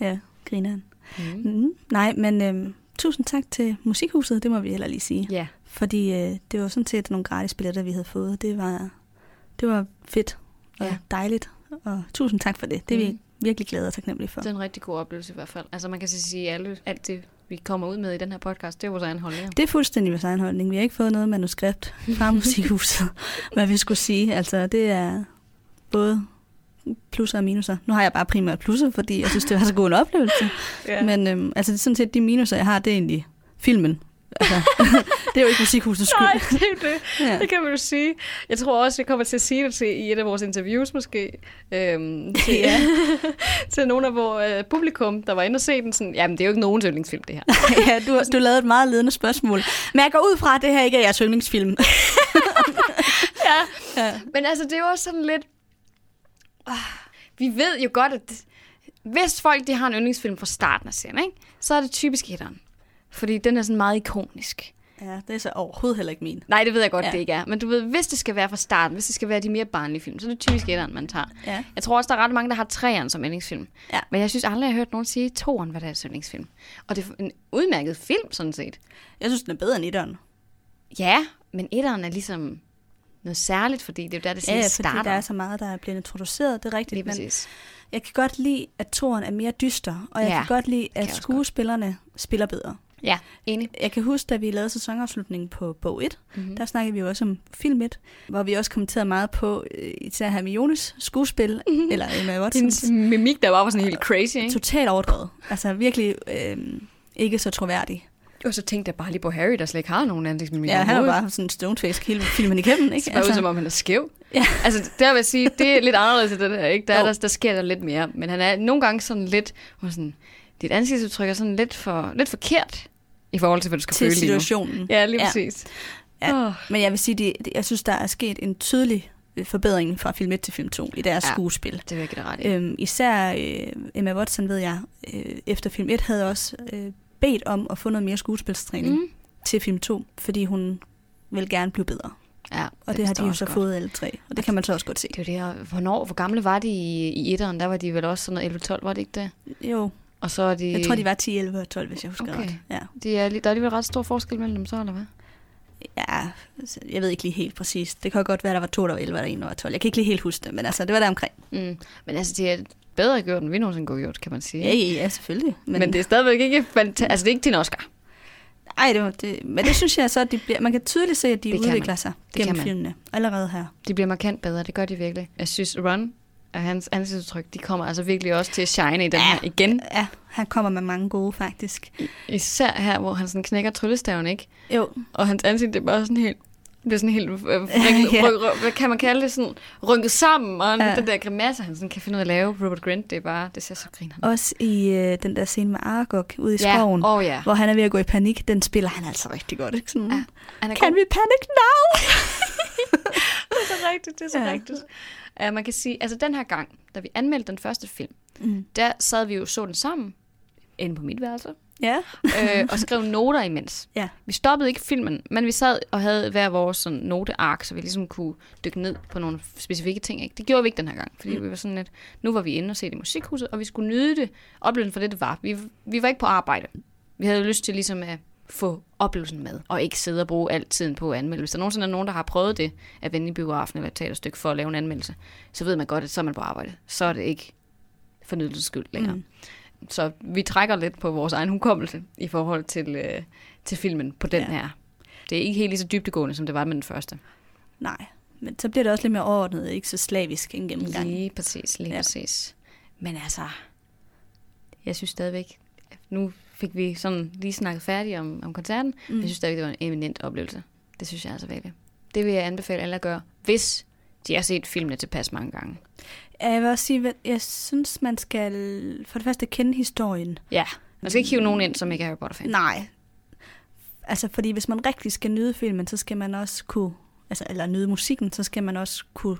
S2: Ja, grineren.
S1: Mm.
S2: Mm, nej, men øhm, tusind tak til Musikhuset, det må vi heller lige sige.
S1: Ja,
S2: Fordi øh, det var sådan set nogle gratis billetter, vi havde fået. Det var, det var fedt og ja. Mm.
S1: Ja.
S2: dejligt, og tusind tak for det. Det er vi
S1: Mhm.
S2: virkelig glade og taknemmelige for.
S1: det er en rigtig god oplevelse i hvert fald. Altså man kan så sige, at alle, alt det, vi kommer ud med i den her podcast, det er vores egen holdning.
S2: Det er fuldstændig vores egen holdning. Vi har ikke fået noget manuskript fra Musikhuset, hvad vi skulle sige. Altså, det er både plusser og minuser. Nu har jeg bare primært plusser, fordi jeg synes, det var så god en oplevelse. ja. Men øhm, altså, det er sådan set de minuser, jeg har, det er egentlig filmen. Altså, det er jo ikke Musikhusets skyld.
S1: Nej, det er det.
S2: Ja.
S1: Det kan man jo sige. Jeg tror også, jeg kommer til at sige det til, i et af vores interviews måske. Øhm, til,
S2: Ja.
S1: ja. til nogle af vores øh, publikum, der var inde og se den, sådan, jamen det er jo ikke nogens yndlingsfilm, det her.
S2: ja, du, du lavede et meget ledende spørgsmål. Men jeg går ud fra, at det her ikke er jeres yndlingsfilm.
S1: Men altså, det er jo også sådan lidt... Ah, Vi ved jo godt, at det- hvis folk de har en yndlingsfilm fra starten af serien, ikke? så er det typisk etteren. Fordi den er sådan meget ikonisk.
S2: Ja, det er så overhovedet heller ikke min.
S1: Nej, det ved jeg godt,
S2: Ja.
S1: ja. det ikke er. Men du ved, hvis det skal være fra starten, hvis det skal være de mere barnlige film, så er det typisk etteren, man tager.
S2: Ja.
S1: Jeg tror også, der er ret mange, der har treeren som yndlingsfilm.
S2: Ja.
S1: Men jeg synes aldrig, jeg har hørt nogen sige, at toeren var deres yndlingsfilm. Og det er en udmærket film, sådan set.
S2: Jeg synes, den er bedre end etteren.
S1: Ja, men etteren er ligesom noget særligt, fordi det er jo der, det
S2: Ja,
S1: sådan
S2: ja, fordi
S1: starter.
S2: der er så meget, der er blevet introduceret, det er rigtigt.
S1: Lige
S2: Men
S1: præcis.
S2: jeg kan godt lide, at toren er mere dyster, og jeg
S1: Ja,
S2: kan godt lide,
S1: jeg
S2: at
S1: også godt.
S2: skuespillerne spiller bedre.
S1: Ja, enig.
S2: Jeg kan huske, da vi lavede sæsonafslutningen på bog 1, mm-hmm. der snakkede vi jo også om film 1, hvor vi også kommenterede meget på øh, især Hermiones skuespil, eller Emma Watsons.
S1: Hendes mimik, der bare var sådan helt crazy, ikke?
S2: Totalt overdrevet. Altså virkelig øh, ikke så troværdig.
S1: Og så tænkte jeg bare lige på Harry, der slet ikke har nogen ansigtsmimik.
S2: Ja, han er
S1: overhovedet.
S2: bare sådan stoneface hele filmen igennem, ikke?
S1: Det altså. ud, som om han er skæv.
S2: Ja.
S1: Altså, der vil jeg sige, det er lidt anderledes i den her, ikke? Der, er
S2: Jo.
S1: der, der sker der lidt mere. Men han er nogle gange sådan lidt, hvor sådan, dit ansigtsudtryk er sådan lidt, for, lidt forkert i forhold til, hvad du skal
S2: til
S1: føle lige nu.
S2: situationen.
S1: Ja, lige
S2: Ja.
S1: præcis.
S2: Ja.
S1: Åh.
S2: Men jeg vil sige, det, det, jeg synes, der er sket en tydelig øh, forbedring fra film 1 til film 2 i deres
S1: Ja.
S2: ja. skuespil.
S1: Det vil jeg give dig ret i.
S2: Øhm, især øh, Emma Watson, ved jeg, øh, efter film 1 havde også øh, bedt om at få noget mere skuespilstræning mm.
S1: Mm.
S2: til film 2, fordi hun vil gerne blive bedre.
S1: Ja,
S2: Og det, det har
S1: forstår
S2: de jo
S1: jeg også
S2: så
S1: godt.
S2: fået alle tre, og det kan man så også godt se.
S1: Det er jo det her. Hvornår, hvor gamle var de i, i etteren? Der var de vel også sådan noget 11-12, var det ikke det?
S2: Jo,
S1: Og så er de...
S2: jeg tror, de var 10, 11 og 12, hvis jeg husker
S1: Okay.
S2: ret. Ja.
S1: De er, lige- der er alligevel ret stor forskel mellem dem så, eller hvad?
S2: ja, altså, jeg ved ikke lige helt præcist. Det kan godt være, der var to, der var 11, og der var en, der var 12. Jeg kan ikke lige helt huske det, men altså, det var der omkring.
S1: Mm. Men altså, det er bedre gjort, end vi nogensinde kunne gjort, kan man sige.
S2: Ja, ja, ja selvfølgelig.
S1: Men, men det er stadigvæk ikke fantastisk. Altså, det er ikke din Oscar.
S2: Ej, det, var, det, men det synes jeg så, at de bliver, man kan tydeligt se, at de
S1: Det
S2: det
S1: kan
S2: udvikler
S1: man.
S2: sig
S1: Det
S2: gennem
S1: kan man.
S2: filmene allerede her.
S1: De bliver markant bedre, det gør de virkelig. Jeg synes, Ron og hans ansigtsudtryk, de kommer altså virkelig også til at shine i den ja. her igen.
S2: Ja, han kommer med mange gode, faktisk.
S1: Især her, hvor han sådan knækker tryllestaven, ikke?
S2: Jo,
S1: Og hans ansigt, det er bare sådan helt det bliver sådan helt, øh, vriklet-
S2: Ja.
S1: ryk, ryk, hvad kan man kalde det, sådan rynket sammen, og ja.
S2: Ja.
S1: den der grimasse, han sådan kan finde ud af at lave, Robert Grint, det er bare, det ser så griner.
S2: også i øh, den der scene med Argok ude i
S1: ja,
S2: skoven,
S1: åh ja.
S2: hvor han er ved at gå i panik. Den spiller han altså rigtig godt, ikke? Sådan,
S1: Ja,
S2: ja,
S1: Han er
S2: kan
S1: god.
S2: vi panic now?
S1: Det er så rigtigt, det er så ja.
S2: Ja.
S1: rigtigt. Uh, man kan sige, altså den her gang, da vi anmeldte den første film,
S2: Mm.
S1: der sad vi jo så den sammen, inde på mit værelse,
S2: Ja.
S1: øh, og skrev noter imens.
S2: Ja.
S1: Vi stoppede ikke filmen, men vi sad og havde hver vores sådan, noteark, så vi ligesom kunne dykke ned på nogle specifikke ting. Ikke? Det gjorde vi ikke den her gang, fordi mm. vi var sådan lidt, nu var vi inde og se det i musikhuset, og vi skulle nyde det, oplevelsen for det, det var. Vi, vi var ikke på arbejde. Vi havde lyst til ligesom at få oplevelsen med, og ikke sidde og bruge al tiden på at anmelde. Hvis der nogensinde er nogen, der har prøvet det, at vende i biografen eller et teaterstykke for at lave en anmeldelse, så ved man godt, at så er man på arbejde. Så er det ikke for nydelses skyld længere. Mm. Så vi trækker lidt på vores egen hukommelse i forhold til, øh, til filmen på den ja.
S2: Ja.
S1: her. Det er ikke helt lige så dybtegående, som det var med den første.
S2: Nej, men så bliver det også lidt mere overordnet, ikke så slavisk en gennemgang.
S1: Lige præcis, lige ja.
S2: Ja.
S1: præcis. Men altså, jeg synes stadigvæk, nu fik vi sådan lige snakket færdigt om, om koncerten, mm. jeg synes stadigvæk, det var en eminent oplevelse. Det synes jeg altså virkelig. Det vil jeg anbefale alle at gøre, hvis de har set filmene tilpas mange gange.
S2: Ja, Jeg vil også sige, at jeg synes, man skal for det første kende historien.
S1: Ja, man skal ikke hive nogen ind, som ikke er Harry Potter-fan.
S2: Nej. Altså, fordi hvis man rigtig skal nyde filmen, så skal man også kunne, altså, eller nyde musikken, så skal man også kunne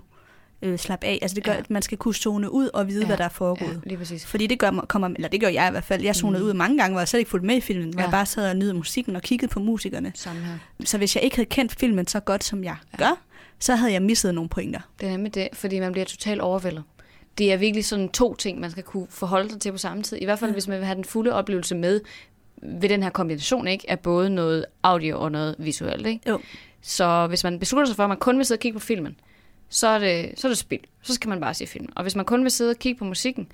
S2: øh, slappe af. Altså, det gør,
S1: Ja.
S2: ja. at man skal kunne zone ud og vide,
S1: Ja.
S2: ja. hvad der er
S1: Ja,
S2: foregået. Ja.
S1: lige præcis.
S2: Fordi det gør, man- kommer, eller det gør jeg i hvert fald. Jeg zonede mm. ud mange gange, hvor jeg slet ikke fulgte med i filmen, hvor
S1: Ja.
S2: ja. jeg bare sad og nyde musikken og kiggede på musikerne.
S1: Samme her.
S2: Så hvis jeg ikke havde kendt filmen så godt, som jeg ja. gør, så havde jeg misset nogle pointer.
S1: Det er nemlig det, fordi man bliver totalt overvældet. Det er virkelig sådan to ting, man skal kunne forholde sig til på samme tid. I hvert fald, ja. hvis man vil have den fulde oplevelse med ved den her kombination, ikke? Af både noget audio og noget visuelt, ikke?
S2: Jo.
S1: Så hvis man beslutter sig for, at man kun vil sidde og kigge på filmen, så er det, så er det spil. Så skal man bare se filmen. Og hvis man kun vil sidde og kigge på musikken,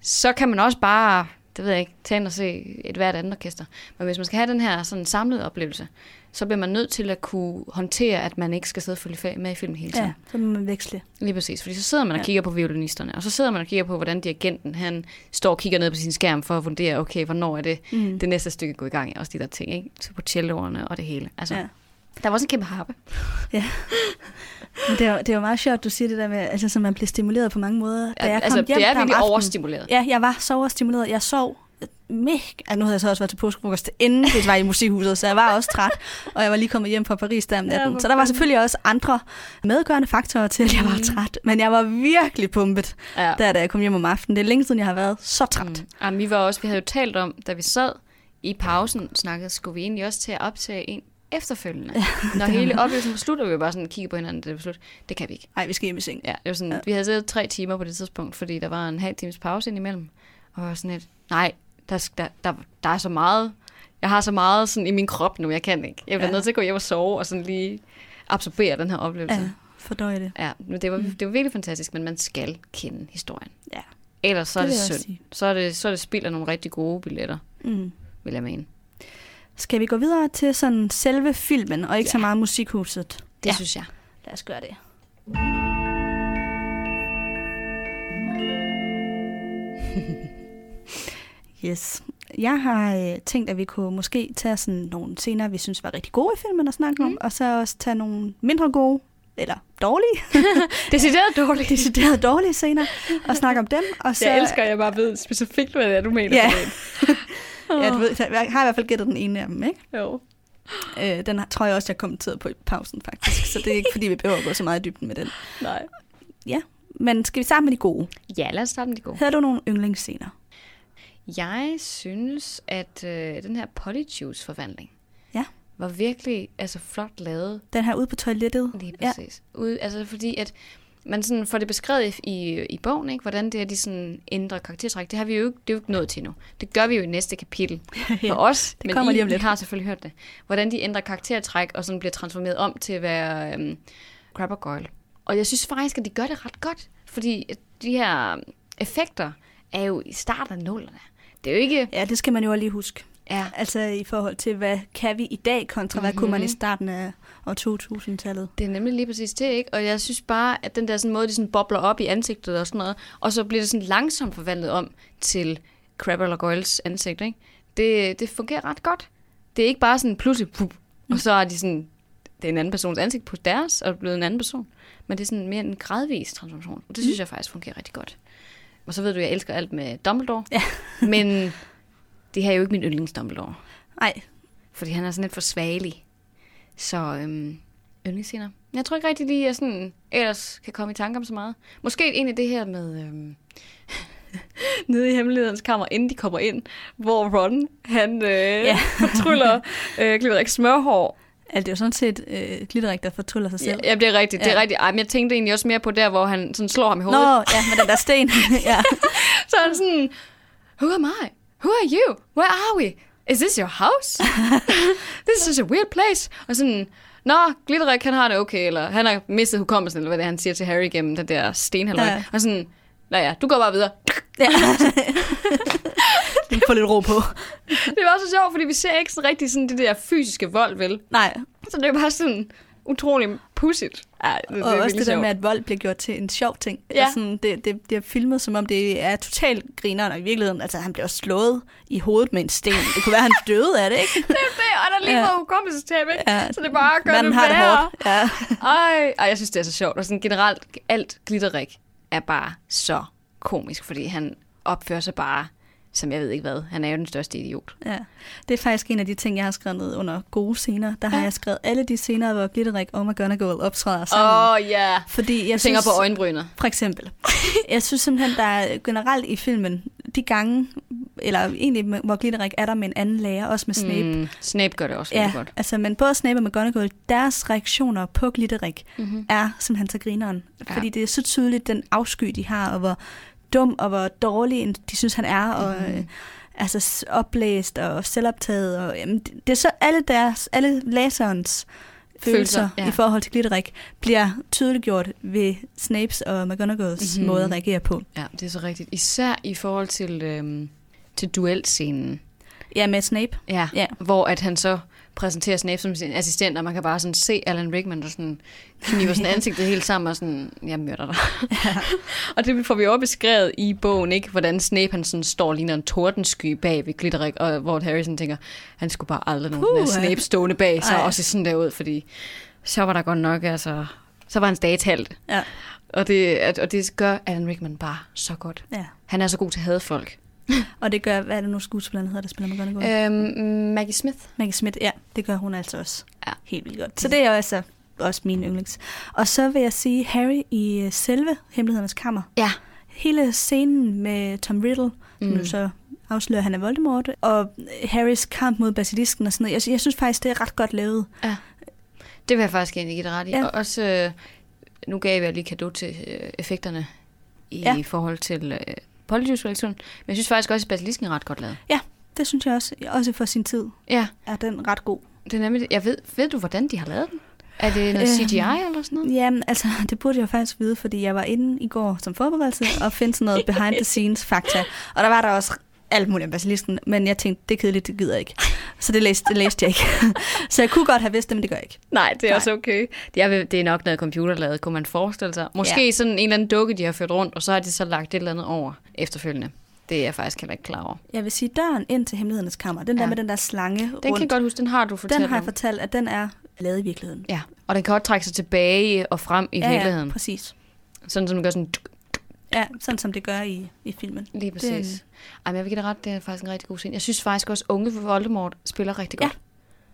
S1: så kan man også bare, det ved jeg ikke, tage ind og se et hvert andet orkester. Men hvis man skal have den her sådan samlede oplevelse, så bliver man nødt til at kunne håndtere, at man ikke skal sidde og følge fa- med i filmen hele tiden.
S2: Ja, så må man veksle.
S1: Lige præcis, fordi så sidder man og
S2: Ja.
S1: kigger på violinisterne, og så sidder man og kigger på, hvordan dirigenten, han står og kigger ned på sin skærm for at vurdere, okay, hvornår er det, mm.
S2: Mm.
S1: det næste stykke går i gang, også de der ting, ikke? Så på celloerne og det hele. Altså, ja.
S2: Ja.
S1: Der var også en kæmpe harpe.
S2: Men det er, jo- det er jo meget sjovt, du siger det der med, altså, så man bliver stimuleret på mange måder. Da jeg kom
S1: altså,
S2: hjem
S1: det
S2: der
S1: er
S2: om
S1: virkelig
S2: aftenen-
S1: overstimuleret.
S2: Ja, jeg var så overstimuleret. Jeg sov mega... Altså, nu havde jeg så også været til påskefrokost inden det var i musikhuset, så jeg var også træt, og jeg var lige kommet hjem fra Paris der om natten. Så der var selvfølgelig også andre medgørende faktorer til, at jeg var træt. Men jeg var virkelig pumpet,
S1: Ja.
S2: der da jeg kom hjem om aftenen. Det er længe siden, jeg har været så træt.
S1: Mm. Jamen, vi var også, vi havde jo talt om, da vi sad i pausen, snakkede, skulle vi egentlig også til at optage en efterfølgende. Ja, Når hele oplevelsen var slut, og vi var bare sådan kigge på hinanden, det var slut. Det kan vi ikke.
S2: Nej, vi skal hjem i seng.
S1: Mm. Ja, det var sådan, ja.
S2: Ja.
S1: vi havde siddet tre timer på det tidspunkt, fordi der var en halv times pause indimellem. Og jeg var sådan lidt, nej, der, sk- der, der, der er så meget, jeg har så meget sådan i min krop nu, jeg kan ikke. Jeg bliver ja.
S2: Ja.
S1: nødt til at gå hjem og sove og sådan lige absorbere den her oplevelse.
S2: Ja, fordøj det.
S1: Ja, men det var, det var virkelig fantastisk, men man skal kende historien.
S2: Ja.
S1: Ellers så er
S2: Det
S1: det,
S2: vil jeg også
S1: synd.
S2: sige.
S1: Så er det, så er det spild af nogle rigtig gode billetter,
S2: Mm.
S1: vil jeg mene.
S2: Skal vi gå videre til sådan selve filmen, og ikke ja. så meget musikhuset?
S1: Det ja. synes jeg.
S2: Lad os gøre det. Yes. Jeg har øh, tænkt, at vi kunne måske tage sådan nogle scener, vi synes var rigtig gode i filmen at snakke mm. om, og så også tage nogle mindre gode, eller dårlige,
S1: Decideret dårligt.
S2: decideret dårlige scener, og snakke om dem. Og så,
S1: Jeg elsker, at jeg bare ved specifikt, hvad det er, du mener.
S2: Ja.
S1: Karoline.
S2: Ja, du ved, jeg har i hvert fald gættet den ene af dem, ikke?
S1: Jo.
S2: Øh, den har- tror jeg også, jeg kommenterede på i pausen, faktisk. Så det er ikke, fordi vi behøver at gå så meget i dybden med den.
S1: Nej.
S2: Men skal vi starte med de gode?
S1: Ja, lad os starte med det gode.
S2: Havde du nogle yndlingsscener?
S1: Jeg synes, at øh, den her polyjuice-forvandling
S2: Ja.
S1: var virkelig altså, flot lavet.
S2: Den her ude på toilettet?
S1: Lige
S2: Ja.
S1: præcis. Ja. Ude, altså fordi, at man sådan får det beskrevet i, i, i bogen, ikke? hvordan det er, de sådan ændrer karaktertræk. Det har vi jo ikke, det er jo ikke nået til nu. Det gør vi jo i næste kapitel for os.
S2: det kommer
S1: I,
S2: lige om
S1: I
S2: lidt.
S1: har selvfølgelig hørt det. Hvordan de ændrer karaktertræk og sådan bliver transformeret om til at være øhm, crab og goyle. Og jeg synes faktisk, at de gør det ret godt. Fordi de her effekter er jo i starten af nullerne. Det er jo ikke...
S2: Ja, det skal man jo også lige huske.
S1: Ja,
S2: Altså i forhold til, hvad kan vi i dag kontra, mm-hmm. hvad kunne
S1: Mhm.
S2: man i starten af år 2000-tallet?
S1: Det er nemlig lige præcis det, ikke? Og jeg synes bare, at den der sådan måde, de sådan bobler op i ansigtet og sådan noget, og så bliver det sådan langsomt forvandlet om til Crabbe eller Goyles ansigt, ikke? Det, det fungerer ret godt. Det er ikke bare sådan pludselig, pup, og så er de sådan, det er en anden persons ansigt på deres, og er blevet en anden person. Men det er sådan mere en gradvis transformation. Og det synes jeg faktisk fungerer rigtig godt. Og så ved du, jeg elsker alt med Dumbledore.
S2: Ja.
S1: men det her er jo ikke min yndlings Dumbledore.
S2: Nej,
S1: Fordi han er sådan lidt for svagelig. Så øhm, yndlingsscener. Jeg tror ikke rigtig, de er sådan, ellers kan komme i tanke om så meget. Måske egentlig det her med... Øhm, nede i hemmelighedens kammer, inden de kommer ind, hvor Ron, han øh, ja. fortryller øh, Glitterik smørhår.
S2: altså, det er jo sådan set øh, glitterik, der fortryller sig
S1: Ja,
S2: selv.
S1: ja, det er rigtigt, det er
S2: Ja.
S1: rigtigt. Ej, men jeg tænkte egentlig også mere på der, hvor han sådan slår ham i hovedet.
S2: Nå, ja, med den der sten. ja.
S1: Så er han sådan, who am I? Who are you? Where are we? Is this your house? this is a weird place. Og sådan, nå, Glitterik, han har det okay, eller han har mistet hukommelsen, eller hvad det er, han siger til Harry gennem den der stenhalløj.
S2: Ja.
S1: Ja. Og sådan, nå ja, du går bare videre.
S2: ja. Den får lidt ro på.
S1: Det var også så sjovt, fordi vi ser ikke sådan rigtig sådan det der fysiske vold, vel?
S2: Nej,
S1: Så det er bare sådan utrolig pudsigt. Ej, det, det
S2: og
S1: er
S2: også
S1: virkelig
S2: det der
S1: sjovt.
S2: med, at vold bliver gjort til en sjov ting.
S1: Ja.
S2: Og sådan, det, det bliver filmet, som om det er totalt grineren, og i virkeligheden, altså han bliver slået i hovedet med en sten. Det kunne være, han døde af det, ikke?
S1: Det er det, og der er lige
S2: Ja.
S1: noget hukommelsestab, ikke?
S2: Ja.
S1: Så det bare gør
S2: Manden
S1: det
S2: har det
S1: værre.
S2: hårdt. Ja.
S1: Ej, ej, jeg synes, det er så sjovt. Og sådan generelt, alt glitterik er bare så komisk, fordi han opfører sig bare, som jeg ved ikke hvad. Han er jo den største idiot.
S2: Ja, det er faktisk en af de ting, jeg har skrevet ned under gode scener. Der har ja. jeg skrevet alle de scener, hvor Glitterik og McGonagall optræder sammen.
S1: Åh, oh, ja. Yeah.
S2: Fordi jeg,
S1: Jeg tænker
S2: synes,
S1: på øjenbrynet.
S2: For eksempel. Jeg synes simpelthen, der er generelt i filmen, de gange, eller egentlig, med- hvor Glitterik er der med en anden lærer, også med Snape. Mm.
S1: Mm, Snape gør det også ja.
S2: Ja,
S1: godt.
S2: altså, men både Snape og McGonagall, deres reaktioner på Glitterik mm-hmm. er simpelthen så grineren. Ja.
S1: Ja.
S2: Fordi det er så tydeligt, den afsky, de har, og hvor dum og hvor dårlig en- de synes, han er, og
S1: Mhm.
S2: mm. altså s- oplæst og selvoptaget. Og, jamen, det, det er så alle deres, alle læserens følelser,
S1: Følelser,
S2: følelser ja.
S1: ja.
S2: i forhold til Glitterik, bliver tydeliggjort ved Snapes og McGonagalls
S1: Mhm.
S2: mm-hmm. måde at reagere på.
S1: Ja, det er så rigtigt. Især i forhold til, øhm, til duelscenen.
S2: Ja, med Snape.
S1: Ja,
S2: Ja.
S1: ja, hvor at han så præsenterer Snape som sin assistent, og man kan bare sådan se Alan Rickman, der sådan kniver sådan ansigtet helt sammen og sådan, jeg myrder dig. Ja. og det får vi også beskrevet i bogen, ikke? Hvordan Snape han sådan står og ligner en tordensky bag ved Glitterik, og hvor Harrison tænker, han skulle bare aldrig nogen have
S2: Puh, ja.
S1: Snape stående bag sig
S2: Ej.
S1: og se sådan der ud, fordi så var der godt nok, altså, så var hans dage talt.
S2: Ja.
S1: Og det, at- og det gør Alan Rickman bare så godt.
S2: ja.
S1: Han er så god til at hade folk.
S2: Og det gør, hvad er det nu skuespilleren hedder, der spiller McGonagall?
S1: Øhm, Maggie Smith.
S2: Maggie Smith, ja, det gør hun altså også.
S1: Ja.
S2: Helt vildt godt. Så det er jo altså også min yndlings. Og så vil jeg sige Harry i øh, selve Hemmelighedernes Kammer.
S1: Ja.
S2: Hele scenen med Tom Riddle, mm. nu så afslører, at han er Voldemort, og Harrys kamp mod basilisken og sådan noget. Jeg, sy- jeg synes faktisk, det er ret godt lavet.
S1: Det vil jeg faktisk egentlig give dig ret i.
S2: Ja.
S1: Ja. Og også, øh, nu gav jeg lige kado til øh, effekterne i
S2: Ja.
S1: ja. forhold til øh, Polyjuice-reaktionen. Men jeg synes faktisk også, at Basilisken er ret godt lavet.
S2: Det synes jeg også, også for sin tid,
S1: Ja,
S2: er den ret god.
S1: det er nemlig Jeg ved, ved du, hvordan de har lavet den? Er det noget
S2: Øhm,
S1: CGI eller sådan noget?
S2: Jamen, altså, det burde jeg faktisk vide, fordi jeg var inde i går som forberedelse og fandt sådan noget behind the scenes fakta. Og der var der også alt muligt om basilisken, men jeg tænkte, det er kedeligt, det gider jeg ikke. Så det læste, det læste jeg ikke. så jeg kunne godt have vidst det, men det gør jeg ikke.
S1: Nej, det er
S2: nej.
S1: også okay. Jeg ved, det er nok noget computerlavet, kunne man forestille sig. Måske ja. sådan en eller anden dukke, de har ført rundt, og så har de så lagt et eller andet over efterfølgende. Det er jeg faktisk heller ikke klar over.
S2: Jeg vil sige, døren ind til hemmelighedernes kammer, den ja. der
S1: Ja.
S2: med den der slange
S1: Den
S2: rundt,
S1: kan jeg godt huske, den har du fortalt
S2: den har jeg
S1: om.
S2: fortalt, at den er lavet i virkeligheden.
S1: Ja, og den kan godt trække sig tilbage og frem i ja, virkeligheden.
S2: Ja, præcis.
S1: Sådan som den gør sådan...
S2: Ja, sådan som det gør i, i filmen.
S1: Lige præcis.
S2: Det-
S1: Det... Ej, men jeg vil give dig ret, det er faktisk en rigtig god scene. Jeg synes faktisk også, at unge Voldemort spiller rigtig
S2: Ja.
S1: godt.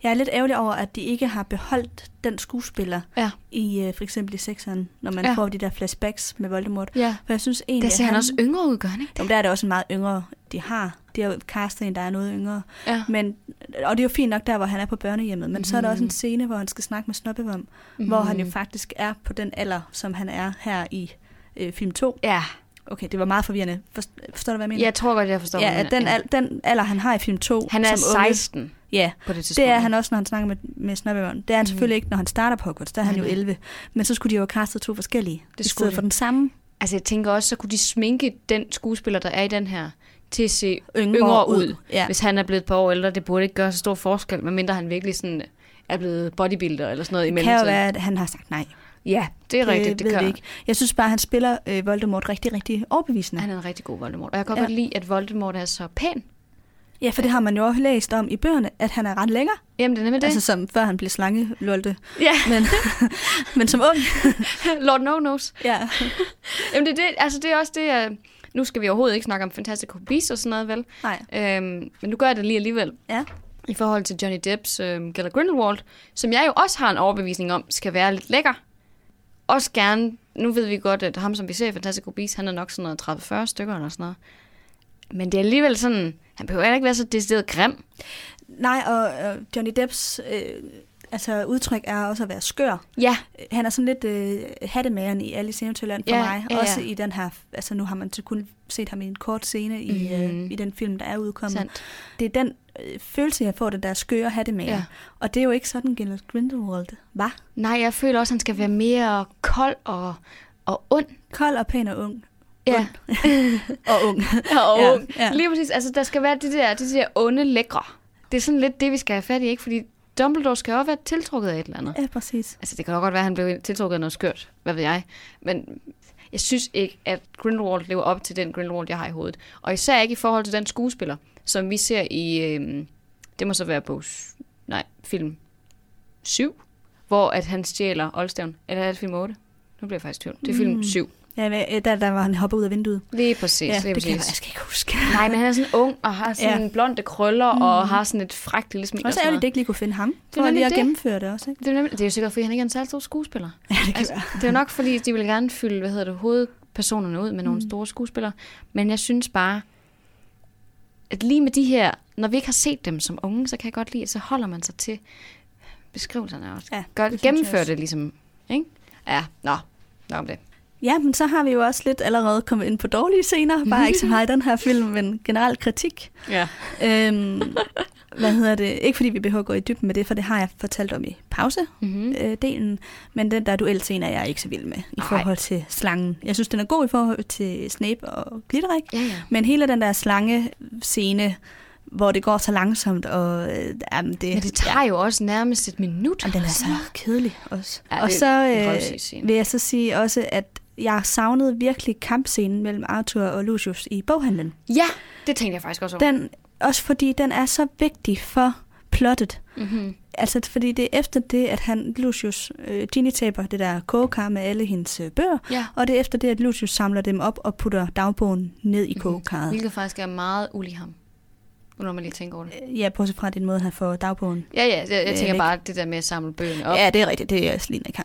S2: Jeg er lidt ærgerlig over, at de ikke har beholdt den skuespiller
S1: Ja.
S2: i øh, for eksempel i sekseren, når man ja.
S1: Ja.
S2: får de der flashbacks med Voldemort.
S1: Ja.
S2: For jeg synes egentlig,
S1: Der ser
S2: at
S1: han også yngre ud, gør han ikke?
S2: Jo, men der er det også en meget yngre, de har. Det er jo castet en, der er noget yngre.
S1: Ja.
S2: Men, og det er jo fint nok der, hvor han er på børnehjemmet. Men mm-hmm. så er der også en
S1: Mm.
S2: scene, hvor han skal snakke med Snoppevom, mm-hmm. hvor han jo faktisk er på den alder, som han er her i øh, film 2.
S1: Ja,
S2: Okay, det var meget forvirrende. Forstår, forstår du, hvad jeg mener?
S1: jeg tror godt, jeg forstår,
S2: ja,
S1: hvad
S2: at
S1: du
S2: den,
S1: mener.
S2: al, den alder, han har i film 2.
S1: Han er
S2: som unge-
S1: 16 unge.
S2: Ja,
S1: på det tidspunkt. Mm.
S2: det er han også, når han snakker med, med Snoppevom. Det er han mm-hmm. selvfølgelig ikke, når han starter på Hogwarts. Der er han jo 11. Men så skulle de jo have castet to forskellige. Det i
S1: skulle
S2: stedet
S1: de.
S2: for den samme
S1: Altså, jeg tænker også, så kunne de sminke den skuespiller, der er i den her, til at se
S2: Yngre
S1: yngre, yngre ud.
S2: ud, ja.
S1: Hvis han er blevet et par år ældre, det burde ikke gøre så stor forskel, medmindre han virkelig sådan er blevet bodybuilder eller sådan noget i
S2: Det kan jo
S1: mellemtiden.
S2: være, at han har sagt nej.
S1: Ja, altså- det er rigtigt, det,
S2: ved
S1: det
S2: vi
S1: kan.
S2: ikke. Jeg synes bare, at han spiller øh, Voldemort rigtig, rigtig overbevisende.
S1: Han er en rigtig god Voldemort. Og jeg kan
S2: Ja.
S1: ja. godt lide, at Voldemort er så pæn.
S2: Ja, for det har man jo også læst om i bøgerne, at han er ret lækker.
S1: Jamen, det er nemlig det.
S2: Altså som før han blev slange, lulte.
S1: ja,
S2: Men, men som ung.
S1: Lord No Knows.
S2: ja.
S1: Jamen, det er, det, altså, det er også det, jeg... Nu skal vi overhovedet ikke snakke om Fantastic Beasts og sådan noget, vel?
S2: Nej.
S1: Øhm, men nu gør jeg det lige alligevel.
S2: Ja.
S1: I forhold til Johnny Depps øhm, Gellert Grindelwald, som jeg jo også har en overbevisning om, skal være lidt lækker. Også gerne... Nu ved vi godt, at ham, som vi ser i Fantastic Beasts, han er nok sådan noget 30-40 stykker eller sådan noget. Men det er alligevel sådan... Han behøver heller ikke være så decideret grim.
S2: Nej, og øh, Johnny Depps øh, altså, udtryk er også at være skør.
S1: Ja,
S2: Han er sådan lidt øh, hattemageren i Alice i Eventyrland for
S1: Ja,
S2: mig.
S1: ja, ja.
S2: Også i den her, altså nu har man så kun set ham i en kort scene i, mm. øh,
S1: Mhm.
S2: i den film, der er udkommet.
S1: sandt.
S2: Det er den øh, følelse, jeg får, det der skøre hattemager. Ja.
S1: Ja.
S2: Og det er jo ikke sådan, Gellert Grindelwald var.
S1: Nej, jeg føler også, at han skal være mere kold og, og ond.
S2: Kold og pæn og ung.
S1: Ja.
S2: Og ung.
S1: og
S2: Ja,
S1: ja,
S2: ja.
S1: ja. Lige præcis. Altså, der skal være de der, de der onde lækre. Det er sådan lidt det, vi skal have fat i, ikke? Fordi Dumbledore skal jo også være tiltrukket af et eller andet.
S2: ja, præcis.
S1: Altså, det kan jo godt være, at han blev tiltrukket af noget skørt. Hvad ved jeg? Men jeg synes ikke, at Grindelwald lever op til den Grindelwald, jeg har i hovedet. Og især ikke i forhold til den skuespiller, som vi ser i... Øhm, det må så være bog... s- Nej, film 7, hvor at han stjæler Oldstaven. Eller er det film 8? Nu bliver jeg faktisk i tvivl. Det er film 7.
S2: Ja, men, øh, der, der var han hoppet ud af vinduet.
S1: Mm. Lige præcis.
S2: ja,
S1: lige
S2: det
S1: præcis.
S2: kan jeg, jeg skal ikke huske.
S1: Nej, men han er sådan ung og har sådan
S2: Ja.
S1: ja. blonde krøller mm. og har sådan et frækt lille smil. og
S2: Også
S1: sådan
S2: ærgerligt,
S1: noget.
S2: det ikke lige kunne finde ham. For
S1: nemlig
S2: lige at
S1: det.
S2: gennemføre det også, ikke?
S1: Det er, jo nemlig, det er jo sikkert, fordi han ikke er en særlig stor skuespiller. Ja, det, altså,
S2: være.
S1: det er jo nok, fordi de vil gerne fylde hvad hedder det, hovedpersonerne ud med nogle
S2: Mm.
S1: store skuespillere. Men jeg synes bare, at lige med de her, når vi ikke har set dem som unge, så kan jeg godt lide, at så holder man sig til beskrivelserne også.
S2: Ja,
S1: Gør,
S2: det synes
S1: det
S2: jeg
S1: gennemfør
S2: også.
S1: det ligesom. Ikke? Ja, nå, nok om det.
S2: Ja, men så har vi jo også lidt allerede kommet ind på dårlige scener. Bare ikke så meget i den her film, men generelt kritik.
S9: Ja.
S2: Øhm, hvad hedder det? Ikke fordi vi behøver at gå i dybden med det, for det har jeg fortalt om i
S1: Mm.
S2: pause-delen. Mm-hmm. Øh, delen. men den der duelscene er jeg ikke så vild med i
S1: Nej.
S2: forhold til slangen. Jeg synes, den er god i forhold til Snape og Glitterik.
S1: Ja, ja.
S2: Men hele den der slange-scene, hvor det går så langsomt, og øh, jamen, det,
S1: Men det tager jo også nærmest et minut.
S2: Jamen, den er
S1: eller
S2: så
S1: sådan noget.
S2: kedelig også.
S1: Ja, det
S2: og
S1: er
S2: så
S1: en røvsyg
S2: øh,
S1: scene.
S2: vil jeg så sige også, at jeg savnede virkelig kampscenen mellem Arthur og Lucius i boghandlen.
S1: Ja, det tænkte jeg faktisk også over.
S2: Den, også fordi den er så vigtig for plottet.
S1: Mhm.
S2: Mm-hmm. Altså fordi det er efter det, at han, Lucius, øh, Ginny taber det der kogekar med alle hendes øh, bøger,
S1: Ja. Mhm.
S2: og det er efter det, at Lucius samler dem op og putter dagbogen ned i kogekarret.
S1: Mhm. Hvilket faktisk er meget ulig ham. Nu når man lige tænker over det.
S2: Øh, Ja, bortset fra din måde her for dagbogen.
S1: Ja, ja, jeg, jeg tænker
S2: væk.
S1: bare det der med at samle bøgerne op.
S2: Ja, det er rigtigt. Det er også ligner ikke ham.